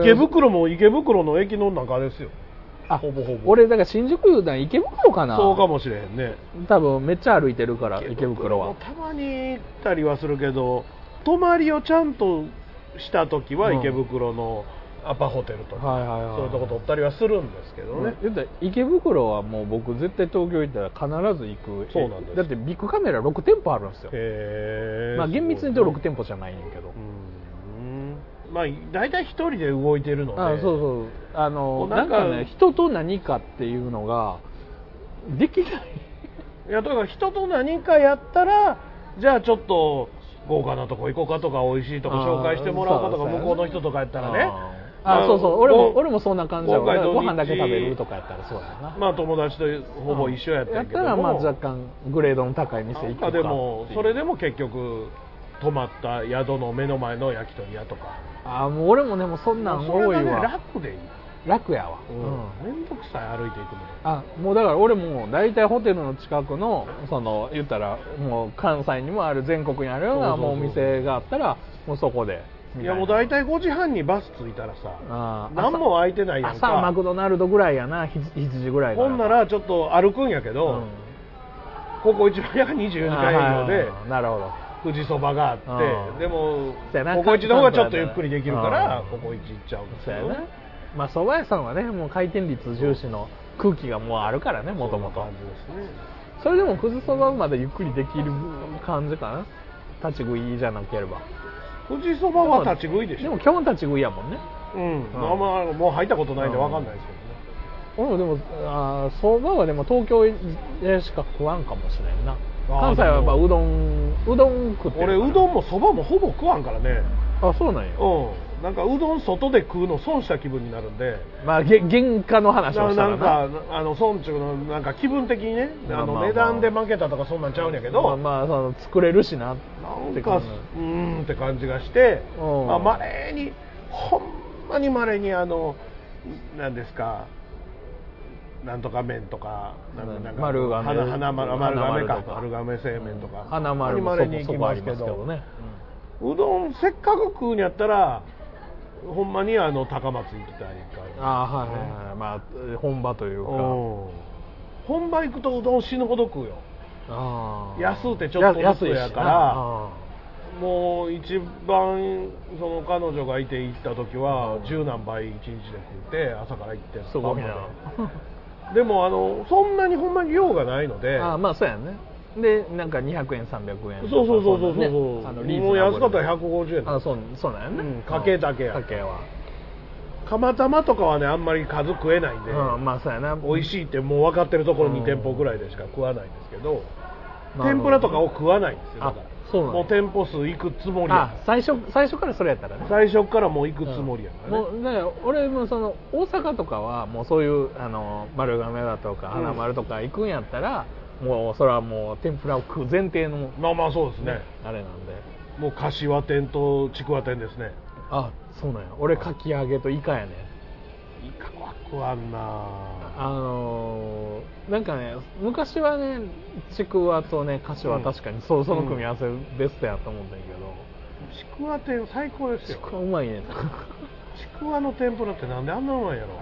A: 池袋も池袋の駅の中ですよ
B: あ、
A: ほぼほぼ
B: 俺、だから新宿油断池袋かな。
A: そうかもしれへんね
B: 多分めっちゃ歩いてるから、池袋は
A: も。たまに行ったりはするけど泊まりをちゃんとした時は
B: うん
A: 池袋のアパホテルとか、
B: はいはいはい
A: そういうとこ取ったりはするんですけどね、
B: 言ったら池袋はもう僕絶対東京行ったら必ず行く
A: そうなんです
B: だってビッグカメラ6店舗あるんですよ、
A: へえ
B: まあ、厳密に言うと6店舗じゃないねんけど、
A: うんまあ大体一人で動いてるので
B: あそうそうあの
A: もう
B: な
A: なんん
B: か
A: か
B: ね人と何かっていうのができない
A: いやだから人と何かやったらじゃあちょっと豪華なとこ行こうかとか美味しいとこ紹介してもらおうかとか
B: あーそう
A: 向こうの人とかやったらね
B: あ
A: ま
B: ー
A: あ
B: そうそう俺も
A: ご
B: 俺もそんな感じだわ
A: 今回土日
B: ご飯だけ食べるとかやったらそうやな、
A: まあ友達とほぼ一緒やった
B: や
A: んや
B: っ
A: け
B: た
A: ども
B: らまあ若干グレードの高い店行
A: なん
B: く
A: か
B: か
A: でも
B: っていう
A: それでも結局泊まった宿の目の前の焼き鳥屋とか
B: あーもう俺もねもうそんなん
A: それ
B: 多い
A: が
B: わ、
A: ね楽でいい
B: 楽やわ、うん
A: 面倒くさい歩いていくのよ
B: あもうだから俺も大体ホテルの近くのその言ったらもう関西にもある全国にあるような
A: そうそうそ
B: も
A: う
B: うお店があったらもうそこでみ
A: い
B: た
A: やもう大体5時半にバス着いたらさ
B: あー
A: 何も空いてないやん
B: 朝はマク
A: か
B: ドナルドぐらいやな7時ぐらいから
A: ほんならちょっと歩くんやけ
B: う
A: ど、
B: ん
A: ここ一番屋が24時間営業で
B: あーなるほど
A: 富士そばがあっ
B: う
A: て
B: ん
A: でも
B: そやな
A: ここ一の方がちょっとゆっくりできるから
B: うん
A: ここ一行っちゃうんです
B: そう
A: け
B: や
A: ど
B: なまあ蕎麦屋さんはねもう回転率重視の空気がもうあるからねもともと
A: そんな感じですね
B: それでもくずそばまでゆっくりできる感じかな立ち食いじゃなければ
A: 富士そばは立ち食いでし
B: で
A: ょ
B: も基本立ち食いやもんね
A: うん、
B: ん
A: まあまあもう入ったことないんで分かんないです
B: 俺もでもあーそばはでも東京でしか食わんかもしれんな
A: あー
B: 関西はやっぱ
A: でも
B: うどんうどん食
A: け
B: っ
A: ど
B: て
A: ね、俺う
B: う
A: どんもそばもほぼ食わんからね
B: どんあそうなんや
A: うんなんかうどん外で食うの損した気分になるんで
B: まあげ原価の話を
A: な
B: し
A: な
B: たら
A: んかあの村長のなんか気分的にねあ
B: まあまあま
A: の
B: あ
A: 値段で負けたとかそんなんちゃうんやけど、
B: まあまあその作れるしな
A: なん
B: て
A: か
B: 感
A: う
B: じ
A: ーんって感じがして
B: うん
A: まあまれにほんまにまれにあのなんですかなんとか麺とかなんかなんか
B: 丸亀
A: 花花丸丸亀か
B: 花丸とか
A: 丸亀製麺とか
B: 花
A: ほ
B: 丸
A: ん
B: も
A: ま
B: そ
A: に稀に
B: こ
A: 行き
B: そこあ
A: ます
B: り
A: け
B: ますけ
A: ど
B: どね
A: うどんせっかく食うんやったらほんまにあの高松行きたいから
B: ああはいはいはいまあ本場というか
A: うん本場行くとうどん死ぬほど食うよ
B: あー
A: 安うてちょっと
B: や
A: ずつやから
B: 安
A: もう一番その彼女がいて行った時は十何倍一日で食って朝から行って
B: いしなあーすごい
A: 晩
B: な
A: まででもあのそんなにほんまに量がないので
B: あーまあそうやねでなんか200円300円
A: そうそうそうそうそう
B: ね
A: そう
B: あのリーズ
A: もう安かったら
B: ナブ
A: 150円
B: ルあそうそうなんやね、
A: うんかけだけや
B: かけは
A: 釜玉とかはねあんまり数食えないんで、
B: うんまあそうやな
A: 美味しいってもう分かってるところ2店舗ぐらいでしか食わないんですけど天ぷらとかを食わないんですよだ
B: あ
A: から
B: そうなんや
A: もう店舗数いくつもり
B: あ
A: や
B: 最初最初からそれやったらね
A: 最初からもういくつもりやからね、
B: もうだから俺もその大阪とかはもうそういうあの丸亀だとか
A: うん
B: 花丸とか行くんやったら、もうそれはもう天ぷらを食う前提の
A: まあまあそうですね、
B: あれなんで
A: もう柏店とちくわ店ですね
B: あそうなんや俺かき揚げとイカやね
A: いかは食わんな
B: あのーなんかね昔はねちくわとねかしは確かにそう、その組み合わせベストやと思うんだけど、
A: ちくわ店最高です
B: ち
A: よ
B: くわうまいね
A: ちくわの天ぷらってなんであんなうまいんやろ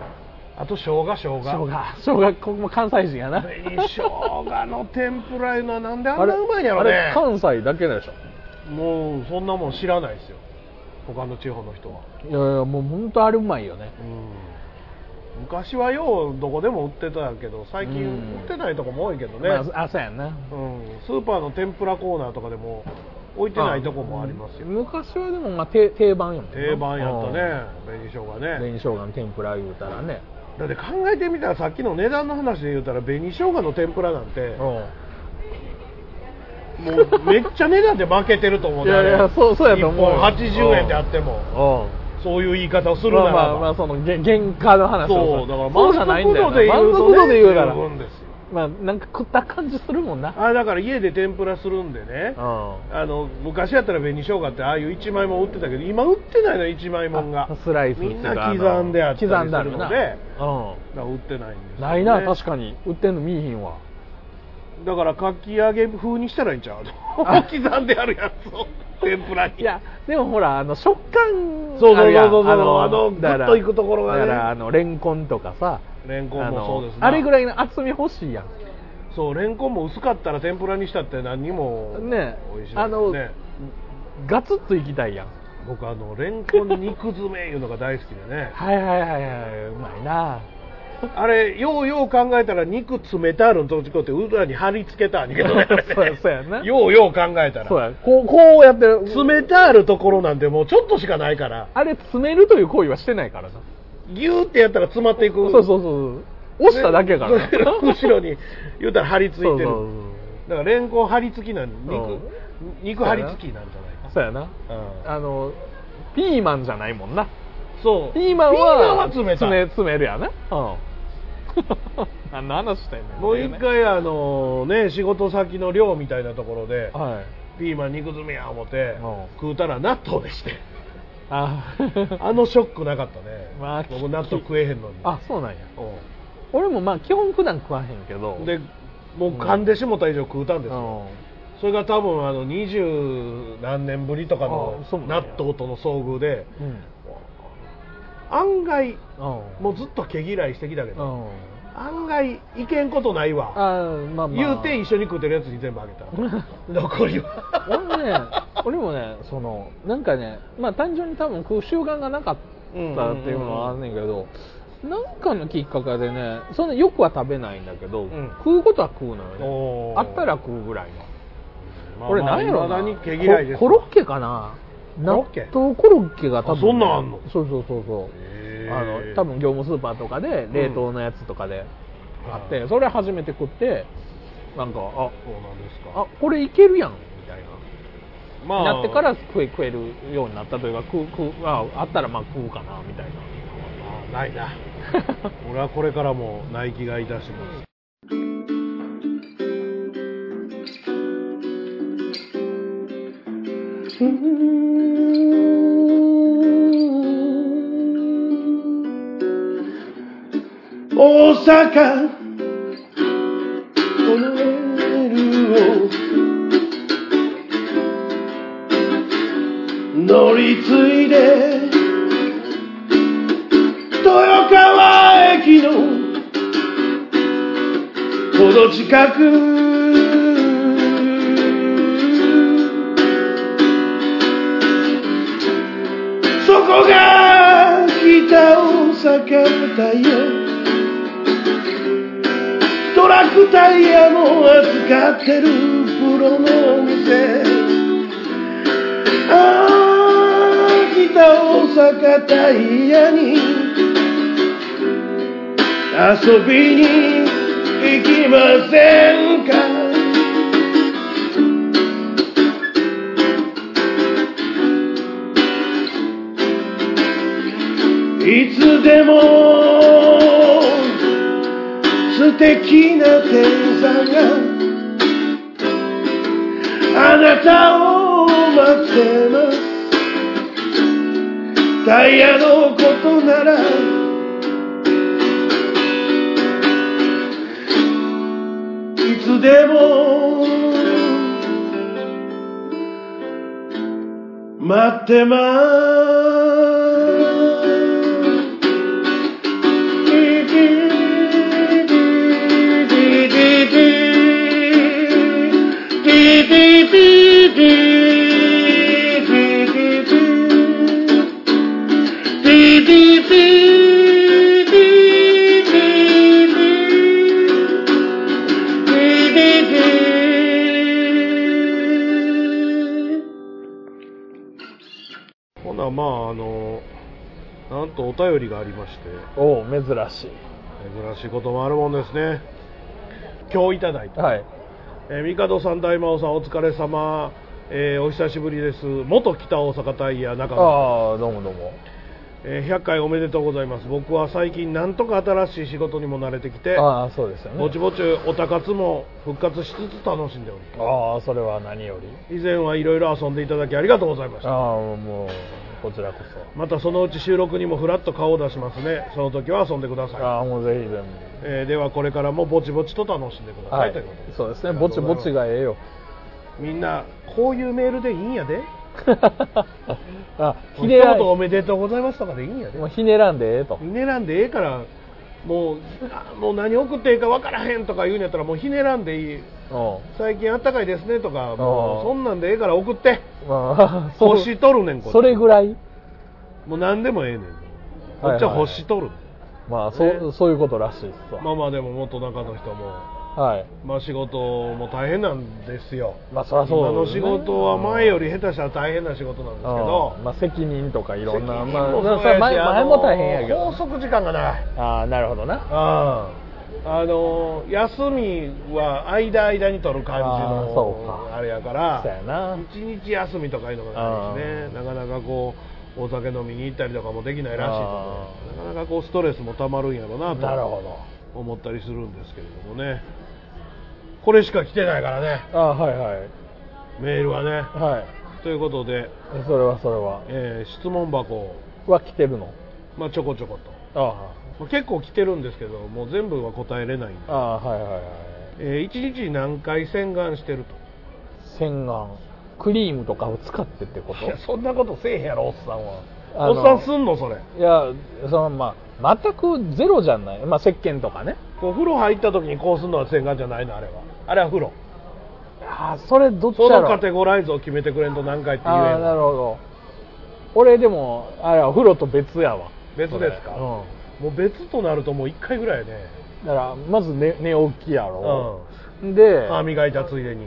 A: あと生姜生姜
B: 生姜生姜ここも関西人やな
A: 紅生姜の天ぷらいうのはなんであんなうまいんやろ
B: あれ
A: ね
B: 関西だけでしょ
A: もうそんなもん知らないですよ他の地方の人はい
B: やいやもう本当あれうまいよね
A: うん昔はようどこでも売ってたけど最近
B: うん
A: 売ってないとこも多いけどね、
B: まあ、あそうやんな
A: うん、スーパーの天ぷらコーナーとかでも置いてないとこもありますよ
B: 昔はでもまあ定定番やもんな
A: 定番やったね紅生姜
B: うん紅
A: ね
B: 生姜の天ぷら言うたらね
A: だって考えてみたらさっきの値段の話で言うたら紅生姜の天ぷらなんてもうめっちゃ値段で負けてると思うね
B: いやいやそうそうやと思うよ
A: 1本80円であっても
B: うん
A: そういう言い方をするな
B: まあ
A: らば、
B: まあまあそのげ原価の話
A: そう
B: を
A: だから
B: そうじゃないんだよ
A: 満足度で言うと、ね、
B: 満足度で言うなら
A: 十分ですよ
B: まあなんか食った感じするもんな
A: あだから家で天ぷらするんでね
B: う
A: あの昔やったら紅生姜ってああいう一枚もん売ってたけど今売ってないの一枚もんが
B: あスライスって
A: み
B: い
A: ん
B: う
A: な
B: か
A: 刻んであったりするので
B: 刻んであるなう
A: だから売ってないんですよね、
B: んないな確かに売ってんの見えひんわ
A: だからかき揚げ風にしたらいいんちゃう 刻んであるや つを天ぷらに
B: いやでもほらあの食感
A: そうそうそうそう
B: あるやん
A: そうそうあの
B: だか
A: グ
B: ら
A: ッといくところがね
B: だからあのレンコンとかさ
A: レンコン
B: あ
A: も
B: の
A: そうですね
B: あれぐらいの厚み欲しいやん
A: そうレンコンも薄かったら天ぷらにしたって何にも
B: ね
A: 美味しいですね
B: あのガツッといきたいやん
A: 僕あのレンコン肉詰めいうのが大好きでね
B: はいはいはいはいうまいな
A: あれようよう考えたら肉詰めてあるのとちこって裏に貼り付けたんやけどね
B: そうや そうやな
A: ようよう考えたら
B: そうやこうこうやってる
A: 詰めてあるところなんてもうちょっとしかないから
B: あれ詰めるという行為はしてないからな
A: ギューってやったら詰まってい
B: そ
A: く
B: うそうそう押しただけやからな
A: そ れの後ろに言うたら貼り付いてる
B: そうそうそう
A: だからレンコン張り付きなん肉、
B: うん
A: 肉張り付きなんじゃないか
B: そうやな
A: うん
B: あのピーマンじゃないもんな
A: そう
B: ピーマ
A: ピ
B: ン
A: ーマンは
B: は
A: 詰めた
B: 詰め詰めるやなうん 何の話してんねん
A: もう一回あのね仕事先の寮みたいなところで
B: はい
A: ピーマン肉詰めや思って
B: うん
A: 食うたら納豆でして
B: あ
A: あのショックなかったね、
B: まあき
A: 僕納豆食えへんのに
B: あそうなんや
A: う
B: 俺もまあ基本普段食わへんけど
A: んでもう噛んでしもた以上食うたんですよ、
B: うん
A: それが多分あの二十何年ぶりとかの
B: あそうなんや
A: 納豆との遭遇で
B: うん
A: 案外
B: うん
A: もうずっと毛嫌いしてきたけ
B: う
A: ど、
B: ん
A: 案外いけんことないわ、
B: あーまあまあ
A: 言う て一緒に食うてるやつに全部あげた残り
B: 俺もね
A: は
B: 俺もねそのなんかねまあ単純に多分食う習慣がなかったっていうのはあんねんけど、なんかのきっかけでねそんなよくは食べないんだけど、
A: ん
B: 食うことは食うのよね
A: おー
B: あったら食うぐらいの
A: まあ
B: 俺なんやろな
A: まあ未だに毛嫌いです
B: ココロッケかな
A: コロ
B: 納
A: ッケ
B: 豆コロッケが多分ね、
A: あそんなんあんの
B: そうそうそうそう
A: へ
B: あ
A: ー
B: の多分業務スーパーとかで冷凍のやつとかであって、それ初めて食ってなんかあ
A: そうなんですか
B: あこれいけるやんみたいな
A: ま
B: なってから食え食えるようになったというか食う食うああったらまあ食うかなみたいな
A: あないな俺はこれからもない気がいたします大阪このレールを乗り継いで豊川駅のほど近くそこが北大阪タイヤトラックタイヤも扱ってるプロのお店ああ北大阪タイヤに遊びに行きませんかいつでも素敵な天才があなたを待ってますタイヤのことならいつでも待ってますほなまああのなんとお便りがありまして
B: おお珍し
A: 珍しいこともあるもんですね今日いただい
B: い
A: た、
B: はい
A: えー、帝さん大魔王さんお疲れ様、えーお久しぶりです元北大阪タイヤ中野、
B: ああどうもどうも
A: えー100回おめでとうございます僕は最近なんとか新しい仕事にも慣れてきて
B: ああそうですよね
A: ぼちぼちおたかつも復活しつつ楽しんでおり
B: ああそれは何より
A: 以前はいろいろ遊んでいただきありがとうございまし
B: ああ
A: た
B: もうこちらこ
A: またそのうち収録にもふらっと顔を出しますねその時は遊んでくだ
B: そ
A: さい
B: ああもうぜひ全
A: えーではこれからもぼちぼちと楽しんでくだ
B: 部
A: さい、
B: はい
A: ということで
B: そうですね
A: あり
B: ぼ
A: がとう
B: ち
A: ござい
B: ぼ
A: ます
B: ちがええよ
A: みんなこういうメールでいいんやで
B: あ
A: 一
B: ひねら
A: 言
B: ん
A: おめでとうございますとかでいいんやで
B: もうひねらんでええと
A: ひねらんでええからもうあもう何送っていいか分からへんとか言うんやったらもうひねらんでいい
B: うん
A: 最近あったかいですねとかも
B: あ
A: う
B: ー
A: そんなんでええから送って
B: まあ、 そう
A: 星取るねんこっち
B: それぐらい
A: もう何でもええねんこっちは星取る、
B: まあ、
A: ね
B: そうそういうことらしいっすわ、
A: まあまあでも元中の人も
B: はい
A: まあ仕事も大変なんですよ
B: まあそりゃそう
A: 今の
B: です
A: 仕
B: ね
A: 事は前より下手したら大変な仕事なんですけど
B: うんまあ、責任とかいろんな、
A: 責任
B: まあ、
A: もそうやし
B: それは前
A: あの
B: 前も大変やけど
A: 拘束時間がない
B: ああなるほどな
A: ああの休みは間間に取る感じ
B: あーそう
A: の
B: か
A: あれやから
B: そうやな
A: 一日休みとかいうのがないですねなかなかこうお酒飲みに行ったりとかもできないらしいのでなかなかこうストレスもたまるんやろうな
B: なるほ
A: と思ったりするんですけれどもねこれしか来てないからね
B: どああはいはい
A: メールはね
B: はい
A: ということで、
B: それはそれは
A: えー質問箱、
B: は来てるの
A: まあ、ちょこちょこと、
B: あ
A: まあ結構来てるんですけどもう全部は答えれないんで
B: あ、ああーはいはいはい
A: え1日に何回洗顔してると
B: 洗顔クリームとかを使ってってこと
A: いやそんなことせえへんやろおっさんは
B: あの
A: おっさんすんのそれ
B: いやそのまあ全くゼロじゃないまあ石鹸とかね
A: こう風呂入った時にこうすんのは洗顔じゃないのあれはあれは風呂
B: ああそれどっち
A: そ
B: だろ
A: の
B: う
A: カテゴライズを決めてくれんと何回って言えん
B: ああなるほど俺でもあれはお風呂と別やわ
A: 別ですか、
B: それうん
A: もう別となるともう1回ぐらいやね、
B: だからまず寝寝起きやろ、
A: う
B: で
A: ん、歯磨いたついでに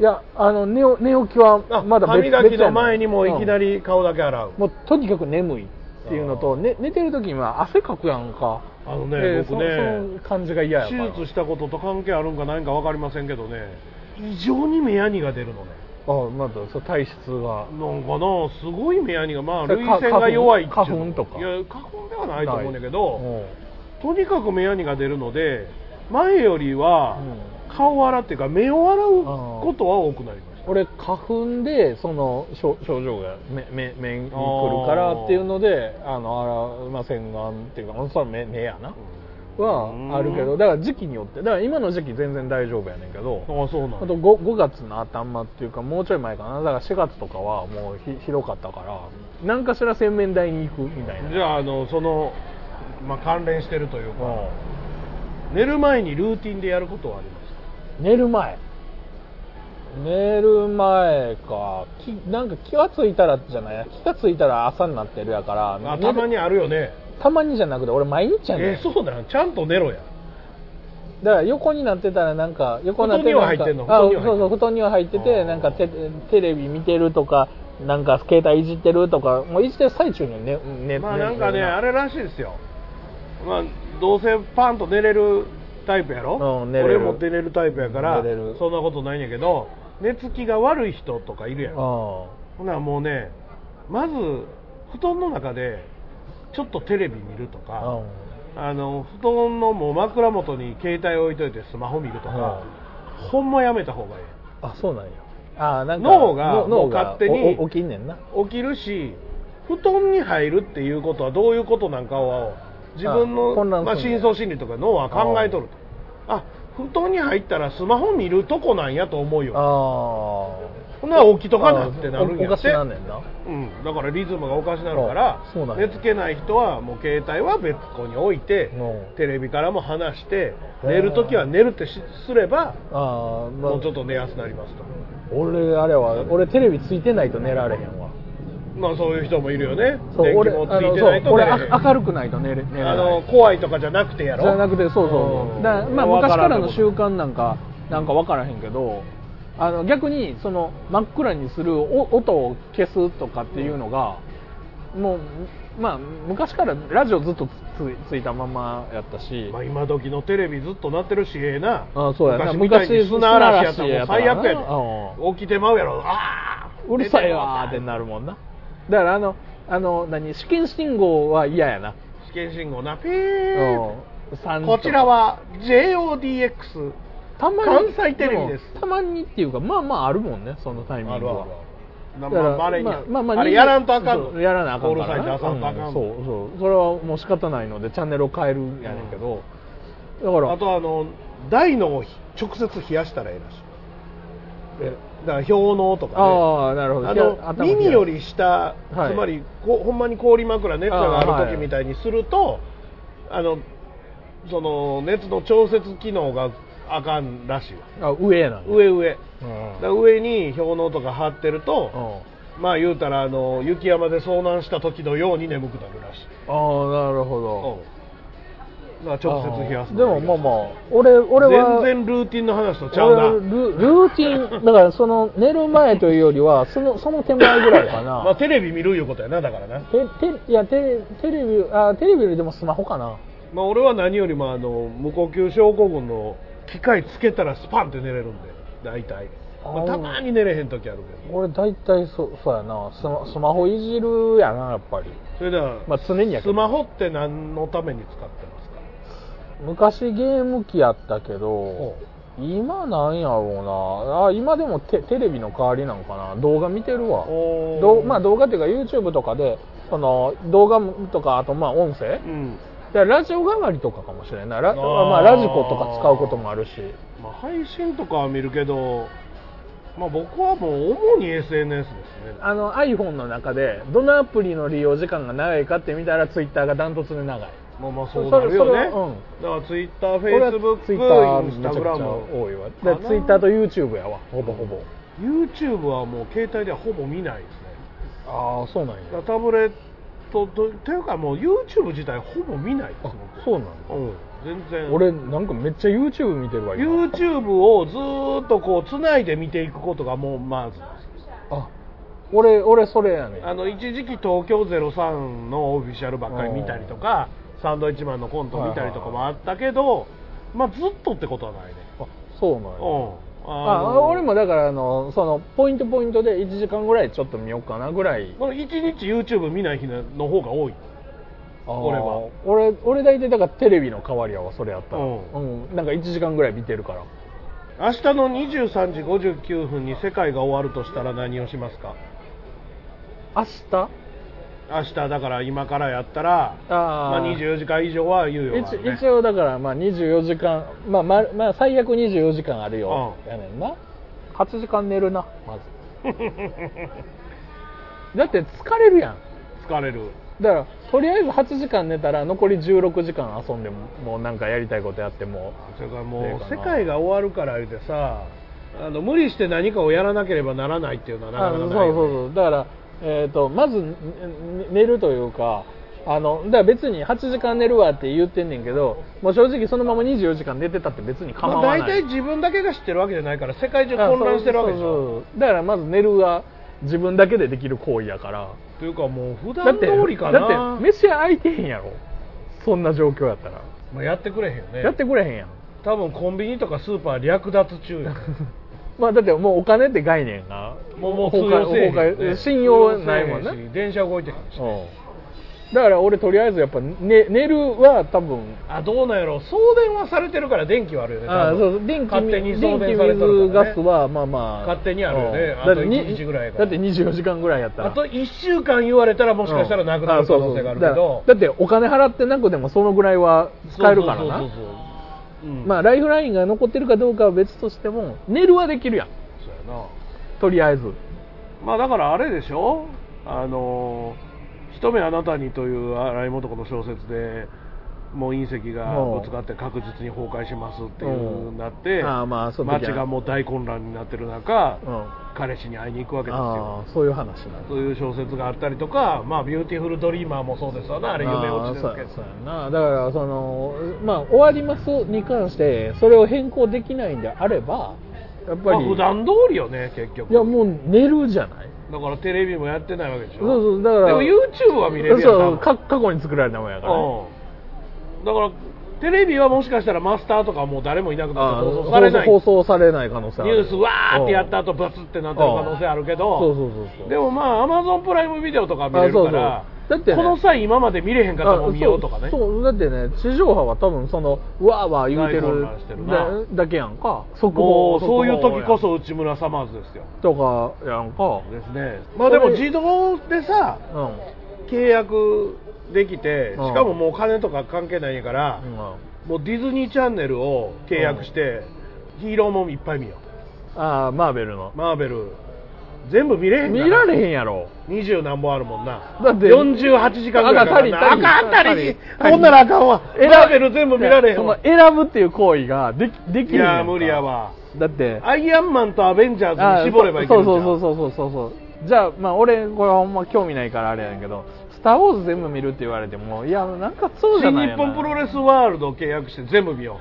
B: いやあの寝お寝起きは
A: あ
B: まだ
A: 歯
B: 別
A: 磨きの前にもういきな、
B: 別やね
A: り顔だけ洗う、
B: うんもうとにかく眠いっていうの
A: あ
B: と、
A: ー
B: ね、寝てる時には汗かくやんか
A: あのね
B: で
A: 僕ね
B: そその感じが嫌やから
A: 手術したことと関係あるんかないんか分かりませんけどね異常に目やにが出るのね
B: あまだそう体質が
A: なんかなすごい目やにがまあ
B: それ
A: 涙腺が弱いっていうの
B: 花粉とか
A: いや花粉ではないと思うんだけど
B: うん
A: とにかく目やにが出るので前よりは
B: うん
A: 顔を洗っていうか目を洗うことは多くなりました
B: 俺花粉でその症症状が目目目に来るからっていうのであの洗いませんがっていうかそれは目目やな、はあるけ
A: う
B: ど
A: ん
B: だから時期によってだから今の時期全然大丈夫やねんけど
A: あそうなん
B: あ
A: だ
B: と 5, 5月の頭っていうかもうちょい前かなだから4月とかはもうひひどかったから何かしら洗面台に行くみたいな
A: じゃああのその、まあ、関連してるというか、寝る前にルーティンでやることはありますか
B: 寝る前寝る前かきなんか気がついたらじゃない気がついたら朝になってるやから
A: あ
B: 寝る
A: たまにあるよね
B: たまにじゃなくて俺毎日やねん
A: えそうなんちゃんと寝ろや
B: だから横になってたらなんか横になっ
A: 布団
B: て
A: には
B: なんか
A: 入ってんの布団には入ってんのあ
B: あそうそう布団には入って
A: ー
B: てなんかテテレビ見てるとかなんか携帯いじってるとかもういじってる最中にねね
A: まあなんかねあ
B: れ
A: れらしいですよまあどうせパンと寝れるタイプやろ、
B: うん寝れる
A: 俺も寝れるタイプやから
B: 寝れる
A: そんなことないんやけど寝つきが悪い人とかいるやんほ
B: あ
A: なもうねまず布団の中でちょっとテレビ見ると
B: あ
A: かあの布団のもう枕元に携帯置いといてスマホ見るとかほんまやめた方がいい
B: あそうなんやあーなんか
A: 脳が
B: の
A: もう勝手に
B: おお起きんねんな
A: 起きるし布団に入るっていうことはどういうことなんかを自分
B: あ混
A: の
B: 乱
A: まあ、
B: するんや
A: 深層心理とか脳は考えとるとあ布団に入ったらスマホ見るとこなんやと思うよ
B: ああ
A: ほんなら起きとかなってなるんやって
B: おかしなんねんな
A: うん、だからリズムがおかしなるから
B: あそうなんや
A: 寝つけない人はもう携帯は別個に置いて
B: うん
A: テレビからも離して寝るときは寝るってしすれば
B: ああまあ
A: もうちょっと寝やすくなりますと、
B: 俺あれは俺テレビついてないと寝られへんわ
A: まあ、そういう人もいるよね
B: そう
A: 電気
B: 俺
A: もつ
B: あ
A: い
B: の
A: て
B: そ
A: ないうと
B: 俺
A: 寝れへん
B: あ明るくないと寝れ寝れない
A: あの怖いとかじゃなくてやろ
B: じゃなくてそうそううんだからまあ昔からの習
A: わ
B: 慣なんかなんか分からへんけどあの逆にその真っ暗にするお音を消すとかっていうのが、もうまあ昔からラジオずっとつつついたままやったし、
A: まあ、今時のテレビずっと鳴ってるしええな
B: あそうやな
A: 昔みたいに
B: 昔
A: 砂嵐やったらもう最悪や
B: 砂嵐やったから
A: で起きてまうやろああ
B: うるさいわーってなるもんなだからあのあの何試験信号は嫌やな、
A: 試験信号なピ
B: う
A: ー
B: ん三とか
A: こちらは JODX
B: たまに
A: 関西テレビです
B: もたまにっていうかまあまああるもんねそのタイミングは
A: あるあるあるまあ
B: だから
A: まあれに
B: まあまあまあ
A: あれやらんとあかん
B: そ
A: の
B: うやらなあかん
A: オー
B: か
A: ルサ
B: ら
A: イン
B: ね
A: 出さんとあかんの
B: うんそうそうそれはもう仕方ないのでチャンネルを変えるんやねんけど、だから
A: あとあの大脳をひ直接冷やしたらええらしい
B: え
A: だから氷のとかね
B: ああなるほど
A: あ
B: いや
A: の
B: 頭冷や
A: 耳より下、
B: はい
A: つまりこほんまに氷枕熱が
B: あー
A: あ
B: は
A: る
B: い
A: 時みたいにするとあのその熱の調節機能があかんらしいわ
B: あ上なんや
A: 上上
B: うん
A: だから上に氷のとか張ってると、
B: うん
A: まあ言うたらあの雪山で遭難した時のように眠くなるらしい、
B: ああなるほ
A: う
B: ど
A: んだから直接冷やす
B: でもまあまあ俺俺は
A: 全然ルーティンの話とちゃうな
B: 俺ルルーティンだからその寝る前というよりはそのその手前ぐらいか な
A: まあテレビ見るいうことやなだからな
B: てていやテレテレビあテレビよりでもスマホかな
A: まあ、俺は何よりもあの無呼吸症候群の機械つけたらスパンって寝れるんで大体、まあ、
B: あー
A: たまに寝れへん時あるけど
B: 俺大体そそうやなスマスマホいじるやなやっぱり、
A: それでは、
B: まあ、常にやけ
A: ス
B: ど
A: マホって何のために使ってますか
B: 昔ゲーム機やったけど今なんやろうなあ今でもテテレビの代わりなんかな動画見てるわ
A: おー
B: どうまあ、動画っていうか YouTube とかでその動画とかあとまあ音声、
A: うん
B: でラジオ代わりとかかもしれないラ,、
A: あー
B: まあ、ラジコとか使うこともあるし
A: まあ、配信とかは見るけど、まあ、僕はもう主に SNS ですね
B: あの iPhone の中でどのアプリの利用時間が長いかって見たら Twitter がダントツで長い
A: まあまあそうなるよ
B: それ
A: ね、
B: それうん
A: だからツイッターフ
B: 俺
A: ェ
B: は
A: イスブ
B: Twitter
A: ックインス
B: め
A: タ
B: ちゃ
A: グ
B: く
A: ラ
B: ちゃ
A: ム
B: 多いわ
A: か
B: で
A: な
B: Twitter と YouTube やわほぼほぼ
A: YouTube はもう携帯ではほぼ見ないですね
B: ああそうなんや
A: だからタブレットとというかもう YouTube 自体ほぼ見ないです
B: あ
A: 僕
B: そうなんだ
A: うん全然
B: 俺なんかめっちゃ YouTube 見てるわ今
A: YouTube をずーっとこうつないで見ていくことがもうまず
B: あ俺俺それやねん
A: あの一時期東京03のオフィシャルばっかり見たりとかサンドイッチマンのコント見たりとかもあったけど、まあ、ずっとってことはないね
B: あそうなんや
A: うん
B: あ
A: の
B: 俺もだからあのそのポイントポイントで1時間ぐらいちょっと見ようかなぐらい
A: この1日 YouTube 見ない日のの方が多い俺
B: 俺
A: は
B: は俺俺大体だからテレビの代わりやわそれやったら
A: う
B: うんん、なんか1時間ぐらい見てるから
A: 明日の23時59分に世界が終わるとしたら何をしますか
B: 明日
A: 明日だから今からやったら
B: あー
A: まあ、24時間以上は猶予があ
B: 一
A: る、ね、
B: 一応だからまあ24時間まあ、まあまあ、最悪24時間あるよ、
A: うん
B: やねんな8時間寝るなまず だって疲れるやん
A: 疲れる
B: だからとりあえず8時間寝たら残り16時間遊んでももうなんかやりたいことやっても
A: それから
B: せ
A: も
B: や
A: う
B: か
A: 世
B: な
A: 界が終わるから言うてさあの無理して何かをやらなければならないっていうのはな
B: あ
A: か
B: そう
A: なかないよ
B: そ
A: ね、
B: うそうだから、えー、とまずね寝るというかあのだから別に8時間寝るわって言ってんねんけどもう正直そのまま24時間寝てたって別に構
A: まあ、
B: わ
A: 大
B: ない、
A: 体自分だけが知ってるわけじゃないから世界中混乱してるわけでし
B: あそう
A: ょ
B: そうそうだからまず寝るは自分だけでできる行為やから
A: というかもう普
B: だ
A: 段
B: って
A: 通りかな
B: だって飯空いてへんやろそんな状況やったら、
A: まあ、やってくれへんよね
B: やってくれへんやん
A: 多分コンビニとかスーパー略奪中や
B: まあだってもうお金って概念が
A: もうもう通
B: 崩
A: 用せえへん
B: 壊
A: よね
B: 崩壊信用ないもんね
A: 通用せえへし電車動いてへんし
B: だから俺とりあえずやっぱ寝寝るは多分
A: あどうなんやろ送電はされてるから電気はあるよね
B: あ
A: 多分
B: そうそう電気
A: 勝手に送
B: 電気
A: 電されてる
B: 水
A: から、ね、
B: ガスはまあまあ
A: 勝手にあるよね
B: うん
A: あと
B: だってに
A: 1日ぐらいやか
B: だ
A: ら
B: って24時間ぐらいやったら
A: あと1週間言われたらもしかしたらなくなる可能性があるけ
B: うんそう
A: ど
B: そうだだってお金払ってなくてもそのぐらいは使えるから
A: そう
B: な
A: そうそうそううん
B: まあライフラインが残ってるかどうかは別としても寝るはできるやん
A: そうやな
B: とりあえず
A: まあだからあれでしょあのー一目あなたにという荒井素子の小説でもう隕石がぶつかって確実に崩壊しますっていうなって、
B: うんああまあその時
A: 街
B: は
A: がもう大混乱になってる中、
B: うん
A: 彼氏に会いに行くわけです
B: あ
A: よ
B: あそういう話なんだ
A: そういう小説があったりとか、まあ、ビューティフルドリーマーもそうですわな、あれ、夢落ちですけど
B: あーそうやそうやなだからそのまあ終わりますに関してそれを変更できないんであればやっぱ
A: まあ、
B: り
A: 普段通りよね、結局、
B: いやもう寝るじゃない
A: だからテレビもやってないわけでしょ、
B: そうそうだから
A: でも YouTube は見れるやん、
B: そう
A: 多分
B: か過去に作られたもんやからね、
A: うん、だからテレビはもしかしたらマスターとかもう誰もいなくな
B: あ
A: って
B: ー
A: 放送されない
B: 放送されない可能性あ
A: ニ
B: る
A: ュースわーってやった後
B: うん
A: バツってなってる可能性あるけど
B: そうそうそうそう
A: でもまあアマゾンプライムビデオとか見れるから
B: あそうそうだってね
A: この際今まで見れへんかったもん見ようとかね
B: あそうそうだってね地上波は多分そのわーわー言うて
A: 大混乱してる
B: る
A: な
B: だだけやんか速
A: も
B: 報
A: うそういう時こ
B: 速報
A: そ内村サマーズですよ
B: やんとかやんか
A: ですねまあでも自動でさ
B: うん
A: 契約できてし
B: うん
A: かももう金とか関係ないんやから、
B: うん
A: もうディズニーチャンネルを契約して、ヒーローもんいっぱい見よ
B: ああマーベルの
A: うマーベル全部見 れへん
B: 見られ
A: ん
B: へんやろ
A: 20何本あるもんな
B: だって
A: 48時間ぐらいかかるな
B: あかん
A: あかん
B: 足
A: 足
B: り足り
A: りほんならあかんわマーベル全部見られへんわ
B: いやその選ぶっていう行為ができでき
A: い
B: るん
A: や
B: ん
A: ー
B: か
A: 無理やわ
B: だって
A: アイアンマンとアベンジャーズ
B: あ
A: に絞ればいけるんじゃ
B: そ
A: ん
B: うそうそうそうそうそうそうじゃあまあ俺これほんま興味ないからあれやねんけど「スター・ウォーズ」全部見るって言われてもいやなんかそうじゃ
A: 新
B: ない
A: 日
B: よ
A: 本プロレスワールドを契約して全部見よ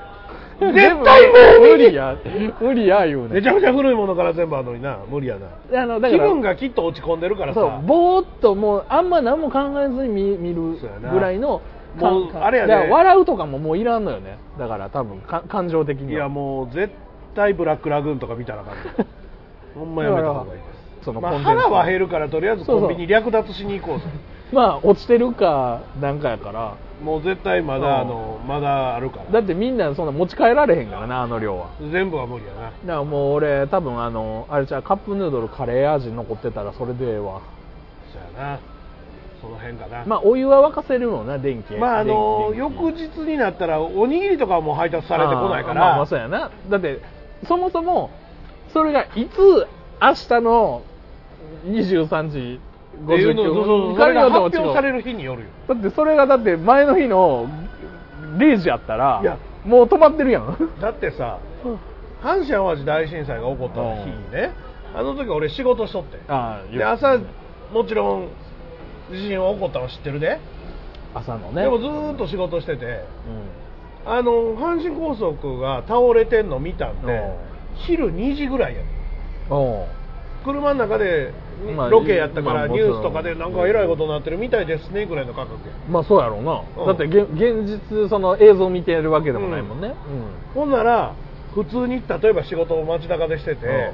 A: う絶
B: 全部
A: 対無
B: 無
A: 理
B: 理や無理や言うね
A: めちゃめちゃ古いものから全部あるのにな無理やな
B: あのだか
A: 気
B: ら
A: 分がきっと落ち込んでるからさ
B: そうぼーっともうあんま何も考えずに見見る
A: そうやな
B: ぐらいのか
A: もう
B: か
A: あれやね
B: だから笑うとかももういらんのよねだから多分か感情的
A: い
B: には
A: やもう絶対ブラックラグーンとか見たらあか んでほんまやめた方がいいです
B: その
A: ま
B: コ
A: あ、
B: ンテンツ
A: 腹は減るからとりあえずコンビニ略奪しに行こうぜ
B: まあ落ちてるかなんかやから
A: もう絶対まだあのまだあるから
B: だってみんなそんな持ち帰られへんからなあの量は
A: 全部は無理やな
B: だからもう俺多分あのあれじゃうカップヌードルカレー味残ってたらそれでええわ
A: そやなその辺かな
B: まあお湯は沸かせるもんな電気
A: まああの
B: 電気電気
A: 翌日になったらおにぎりとかはもう配達されてこないから
B: あーまあまあそうやなだってそもそもそれがいつ明日の23時
A: っていう
B: 50
A: のそうそう
B: 分
A: それが
B: と
A: 発
B: も違
A: 表
B: う
A: される日によるよ
B: だってそれがだって前の日の0時やったら
A: いや
B: もう止まってるやん
A: だってさ阪神・淡路大震災が起こった日にねあの時俺仕事しとって
B: ああ
A: で朝もちろん地震起こったの知ってるで、
B: 朝のね
A: でもずーっと仕事してて
B: うん
A: あの阪神高速が倒れてんの見たんで
B: う
A: 昼2時ぐらいやねん
B: おう
A: 車の中で
B: まあ
A: ロケやったから
B: まあ
A: ニュースとかで
B: もち
A: な
B: ろん
A: んかえらいことになってるみたいですねぐらいの価格や
B: まあそうやろうな、
A: うん
B: だってげ現実その映像見てるわけでもないもんね、
A: ほんなら普通に例えば仕事を街中でしてて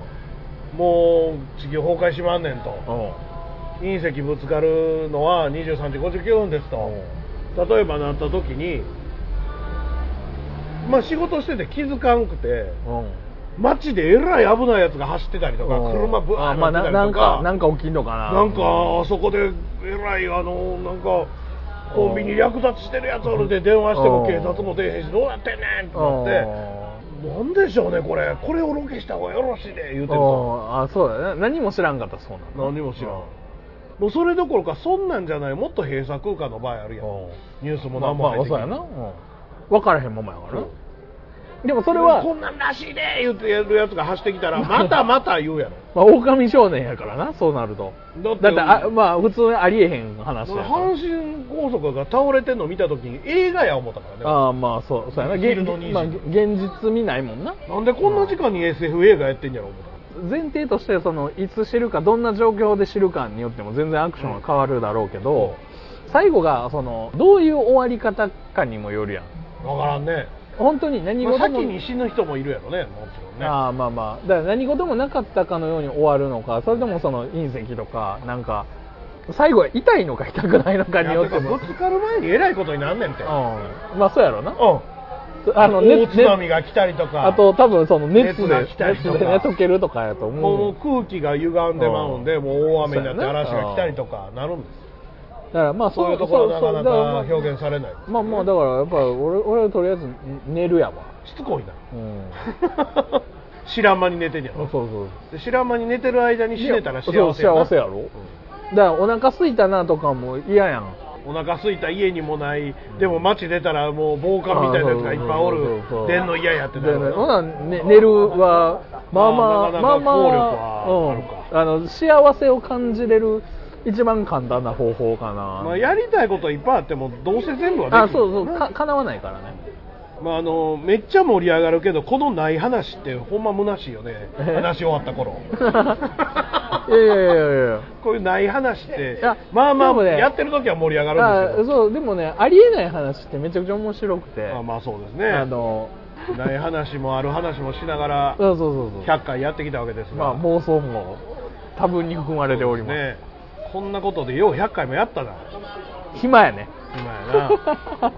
A: もう地球崩壊しまんねんと
B: うんうん
A: 隕石ぶつかるのは23時59分ですと例えばなった時にまあ仕事してて気づかんくて
B: うん
A: 街でえらい危ないやつが走ってたりとか
B: うん
A: 車ぶわ
B: あ
A: ー
B: まあ
A: ってた
B: な
A: り
B: なん
A: とか
B: かなんか起きんのかな
A: なんかあそこでえらいあのなんかコンビニ略奪してるやつおるで電話しても警察も出えへんしどうやってんねんってなってなんでしょうねこれこれをロケした方がよろしいで言うてると
B: ああそうだね何も知らんかったらそうなの
A: 何も知らんもうそれどころかそんなんじゃないもっと閉鎖空間の場合あるやん
B: うん
A: ニュースも
B: まあ
A: 何
B: ま
A: も
B: あ
A: 入ってき
B: そ
A: て
B: うやな、うん、分からへんままやからな
A: そ
B: でもそれ
A: こ
B: は、
A: んなんらしいで言うてやるやつが走ってきたらまたまた言うやろ
B: まあ、狼少年やからなそうなると
A: だって
B: だってあまあ普通 ありえへん話やから
A: 阪神高速が倒れてんの見た時に映画や思ったからね
B: ああまあそうそうやなげ
A: 昼の2時
B: まあ、現実見ないもんな
A: なんでこんな時間に SF 映画やってんやろ思った
B: 前提としてそのいつ知るかどんな状況で知るかによっても全然アクションは変わるだろうけど、最後がそのどういう終わり方かにもよるやん
A: 分からんね、
B: 本当に何
A: まあ
B: 事も、
A: 先に死ぬ人もいるやろねもちろんね
B: ああまあまあだから何事もなかったかのように終わるのかそれともその隕石とかなんか最後は痛いのか痛くないのかによって
A: いや
B: も
A: てかぶつかる前にえらいことになんねんて、
B: うんまあそうやろな
A: うん
B: あのね
A: 大津波が来たりとか
B: あと多分その熱で
A: 熱が来たり
B: 熱
A: とか
B: でね溶けるとかやと思う
A: もう空気が歪んでまうんで、
B: うん
A: もう大雨になって
B: そうやな
A: 嵐が来たりとかなるんです
B: だからまあ
A: そういうところはなかなか表現されない
B: まあまあだからやっぱ俺俺はとりあえず寝るやわ
A: しつこいな
B: うん
A: 知らん間に寝てんや
B: そ
A: ろ
B: うそう
A: で知らん間に寝てる間に死ねたら幸せやな
B: そう幸せやろ、だからお腹空いたなとかも嫌やん
A: お腹空いた家にもない、でも街出たらもう防寒みたいなやつがいっぱいおる
B: そうそうそうそう
A: 出んの嫌やってな
B: で
A: る
B: ほな、ね、寝るはまあまあ
A: まあなかなか
B: まあまあ
A: 効力はあるか
B: うん、あの幸せを感じれる一番簡単な方法かな、
A: まあ、やりたいこといっぱいあってもどうせ全部はできる
B: あそうそうか叶わないからね
A: まあ、あのめっちゃ盛り上がるけどこのない話ってほんま虚しいよね話し終わった 頃
B: いやいやいやいやいや
A: こういうない話って
B: いや
A: まあま
B: でも
A: あ
B: ね
A: やってる時は盛り上がる
B: あ
A: んですけど
B: そうでもねありえない話ってめちゃくちゃ面白くて
A: まあまあそうですね
B: あの
A: ない話もある話もしながら
B: そうそうそうそう
A: 100回やってきたわけです
B: ま
A: が、
B: あ妄想も多分に含まれております
A: ねこんなことでよう100回もやったな
B: 暇やね
A: 暇や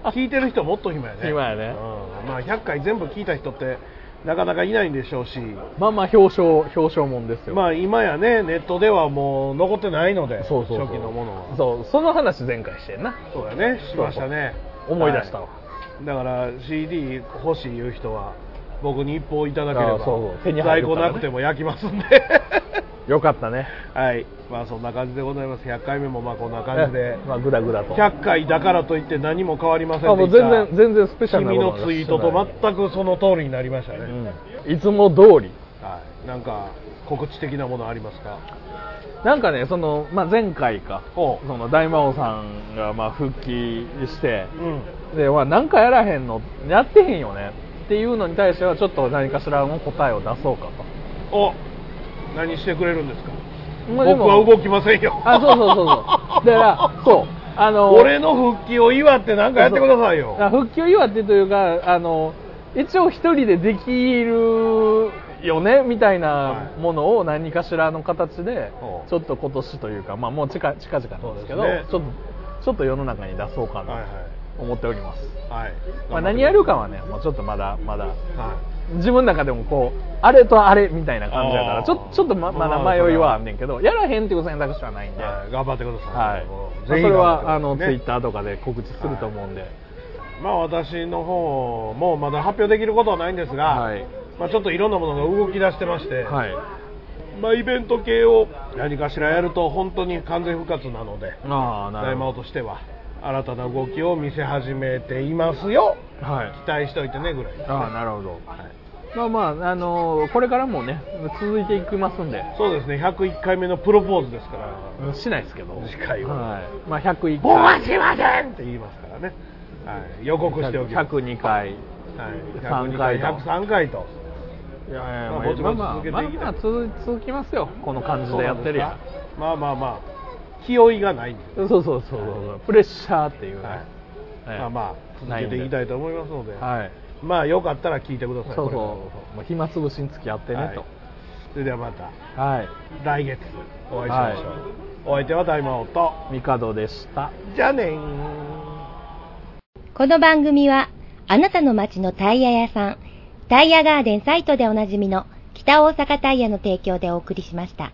A: な聞いてる人もっと暇やね
B: 暇やね
A: うんまあ、100回全部聞いた人ってなかなかいないんでしょうし
B: まあまあ表彰表彰もんですよ
A: まあ今やねネットではもう残ってないので
B: そうそうそう
A: 初期のものは
B: そうその話前回してんな
A: そうだねしましたね
B: 思い出したわ、
A: はいだから CD 欲しいいう人は僕に一報いただければ
B: あそうそう手に入
A: 在
B: る
A: 庫
B: からね
A: なくても焼きますんで
B: よかったね
A: はいまあそんな感じでございます100回目もまあこんな感じで
B: まあグダグダと
A: 100回だからといって何も変わりません
B: あもう
A: でした
B: 全然全然スペシャルな
A: 君
B: こと
A: の
B: は
A: ツイートと全くその通りになりましたね、
B: うんいつも通り
A: はい、なんか告知的なものありますか
B: なんかねその、まあ、前回か
A: おう
B: その大魔王さんがまあ復帰して
A: うん
B: で、まあ、なんかやらへんのやってへんよねっていうのに対してはちょっと何かしらの答えを出そうかと
A: お何してくれるんですか
B: まあ
A: 僕
B: でも
A: は動きませんよ
B: あそうそうそうそうだからそうあの
A: 俺の復帰を祝って何かやってください よ
B: あ復旧祝ってというかあの一応一人でできるよねみたいなものを何かしらの形で
A: ほう
B: ちょっと今年というか、まあ、もう近近々なんですけど
A: そうですね
B: ちょっちょっと世の中に出そうか
A: はい
B: なと思っております、
A: はいはい
B: まあ、何やるかはねもうちょっとまだまだ
A: は
B: 自分の中でもこうあれとあれみたいな感じだか
A: あ
B: ら
A: ー
B: ちょちょっとままだ迷いはあんねんけどやらへんっていう選択肢はないん
A: い
B: で、
A: はい頑張ってください
B: はい
A: もう
B: そ
A: ぜひ
B: れはあ
A: 頑張
B: の
A: っ
B: ツ
A: て
B: イ
A: くださいね
B: ッターとかで告知すると思うんで、
A: まあ私の方もまだ発表できることはないんですが、
B: はい
A: まあちょっといろんなものが動き出してまして、
B: はい、
A: まあイベント系を何かしらやると本当に完全復活なので、
B: ああな
A: 大
B: る
A: 魔王
B: ほ
A: としては新たな動きを見せ始めていますよ。
B: ど、はい、
A: 期待しておいてねぐらい。
B: ああなるほど、まあまあ、あのこれからもね続いていきますんで
A: そうですね、101回目のプロポーズですから。
B: しないですけど
A: 次回は
B: はいまあ、101
A: 僕は
B: 回
A: しませんって言いますからね。はい、予告しておきます。
B: 102回
A: はい、
B: 103回と
A: 103回と。
B: いやいや
A: まあ
B: まあ
A: ぼちぼち
B: まあ
A: 続け
B: まあ
A: ていきたい
B: まあ続続きますよこの感じでやってるやん
A: まあまあまあ、気負いがないんで、
B: そうそうそうそう、プレッシャーっていうね、
A: はい
B: はい
A: まあまあ、続けていきたいと思いますので、
B: はい
A: まあよかったら聞いてください。
B: そうそう
A: こ
B: もう暇つぶしに付き合って
A: れ
B: ね、
A: はいそれではまた
B: とはい
A: 来月お会いしましょう。お相手は大魔王と、
B: 帝でした
A: じゃあねー。
G: この番組は、あなたの街のタイヤ屋さん、タイヤガーデンサイトでおなじみの北大阪タイヤの提供でお送りしました。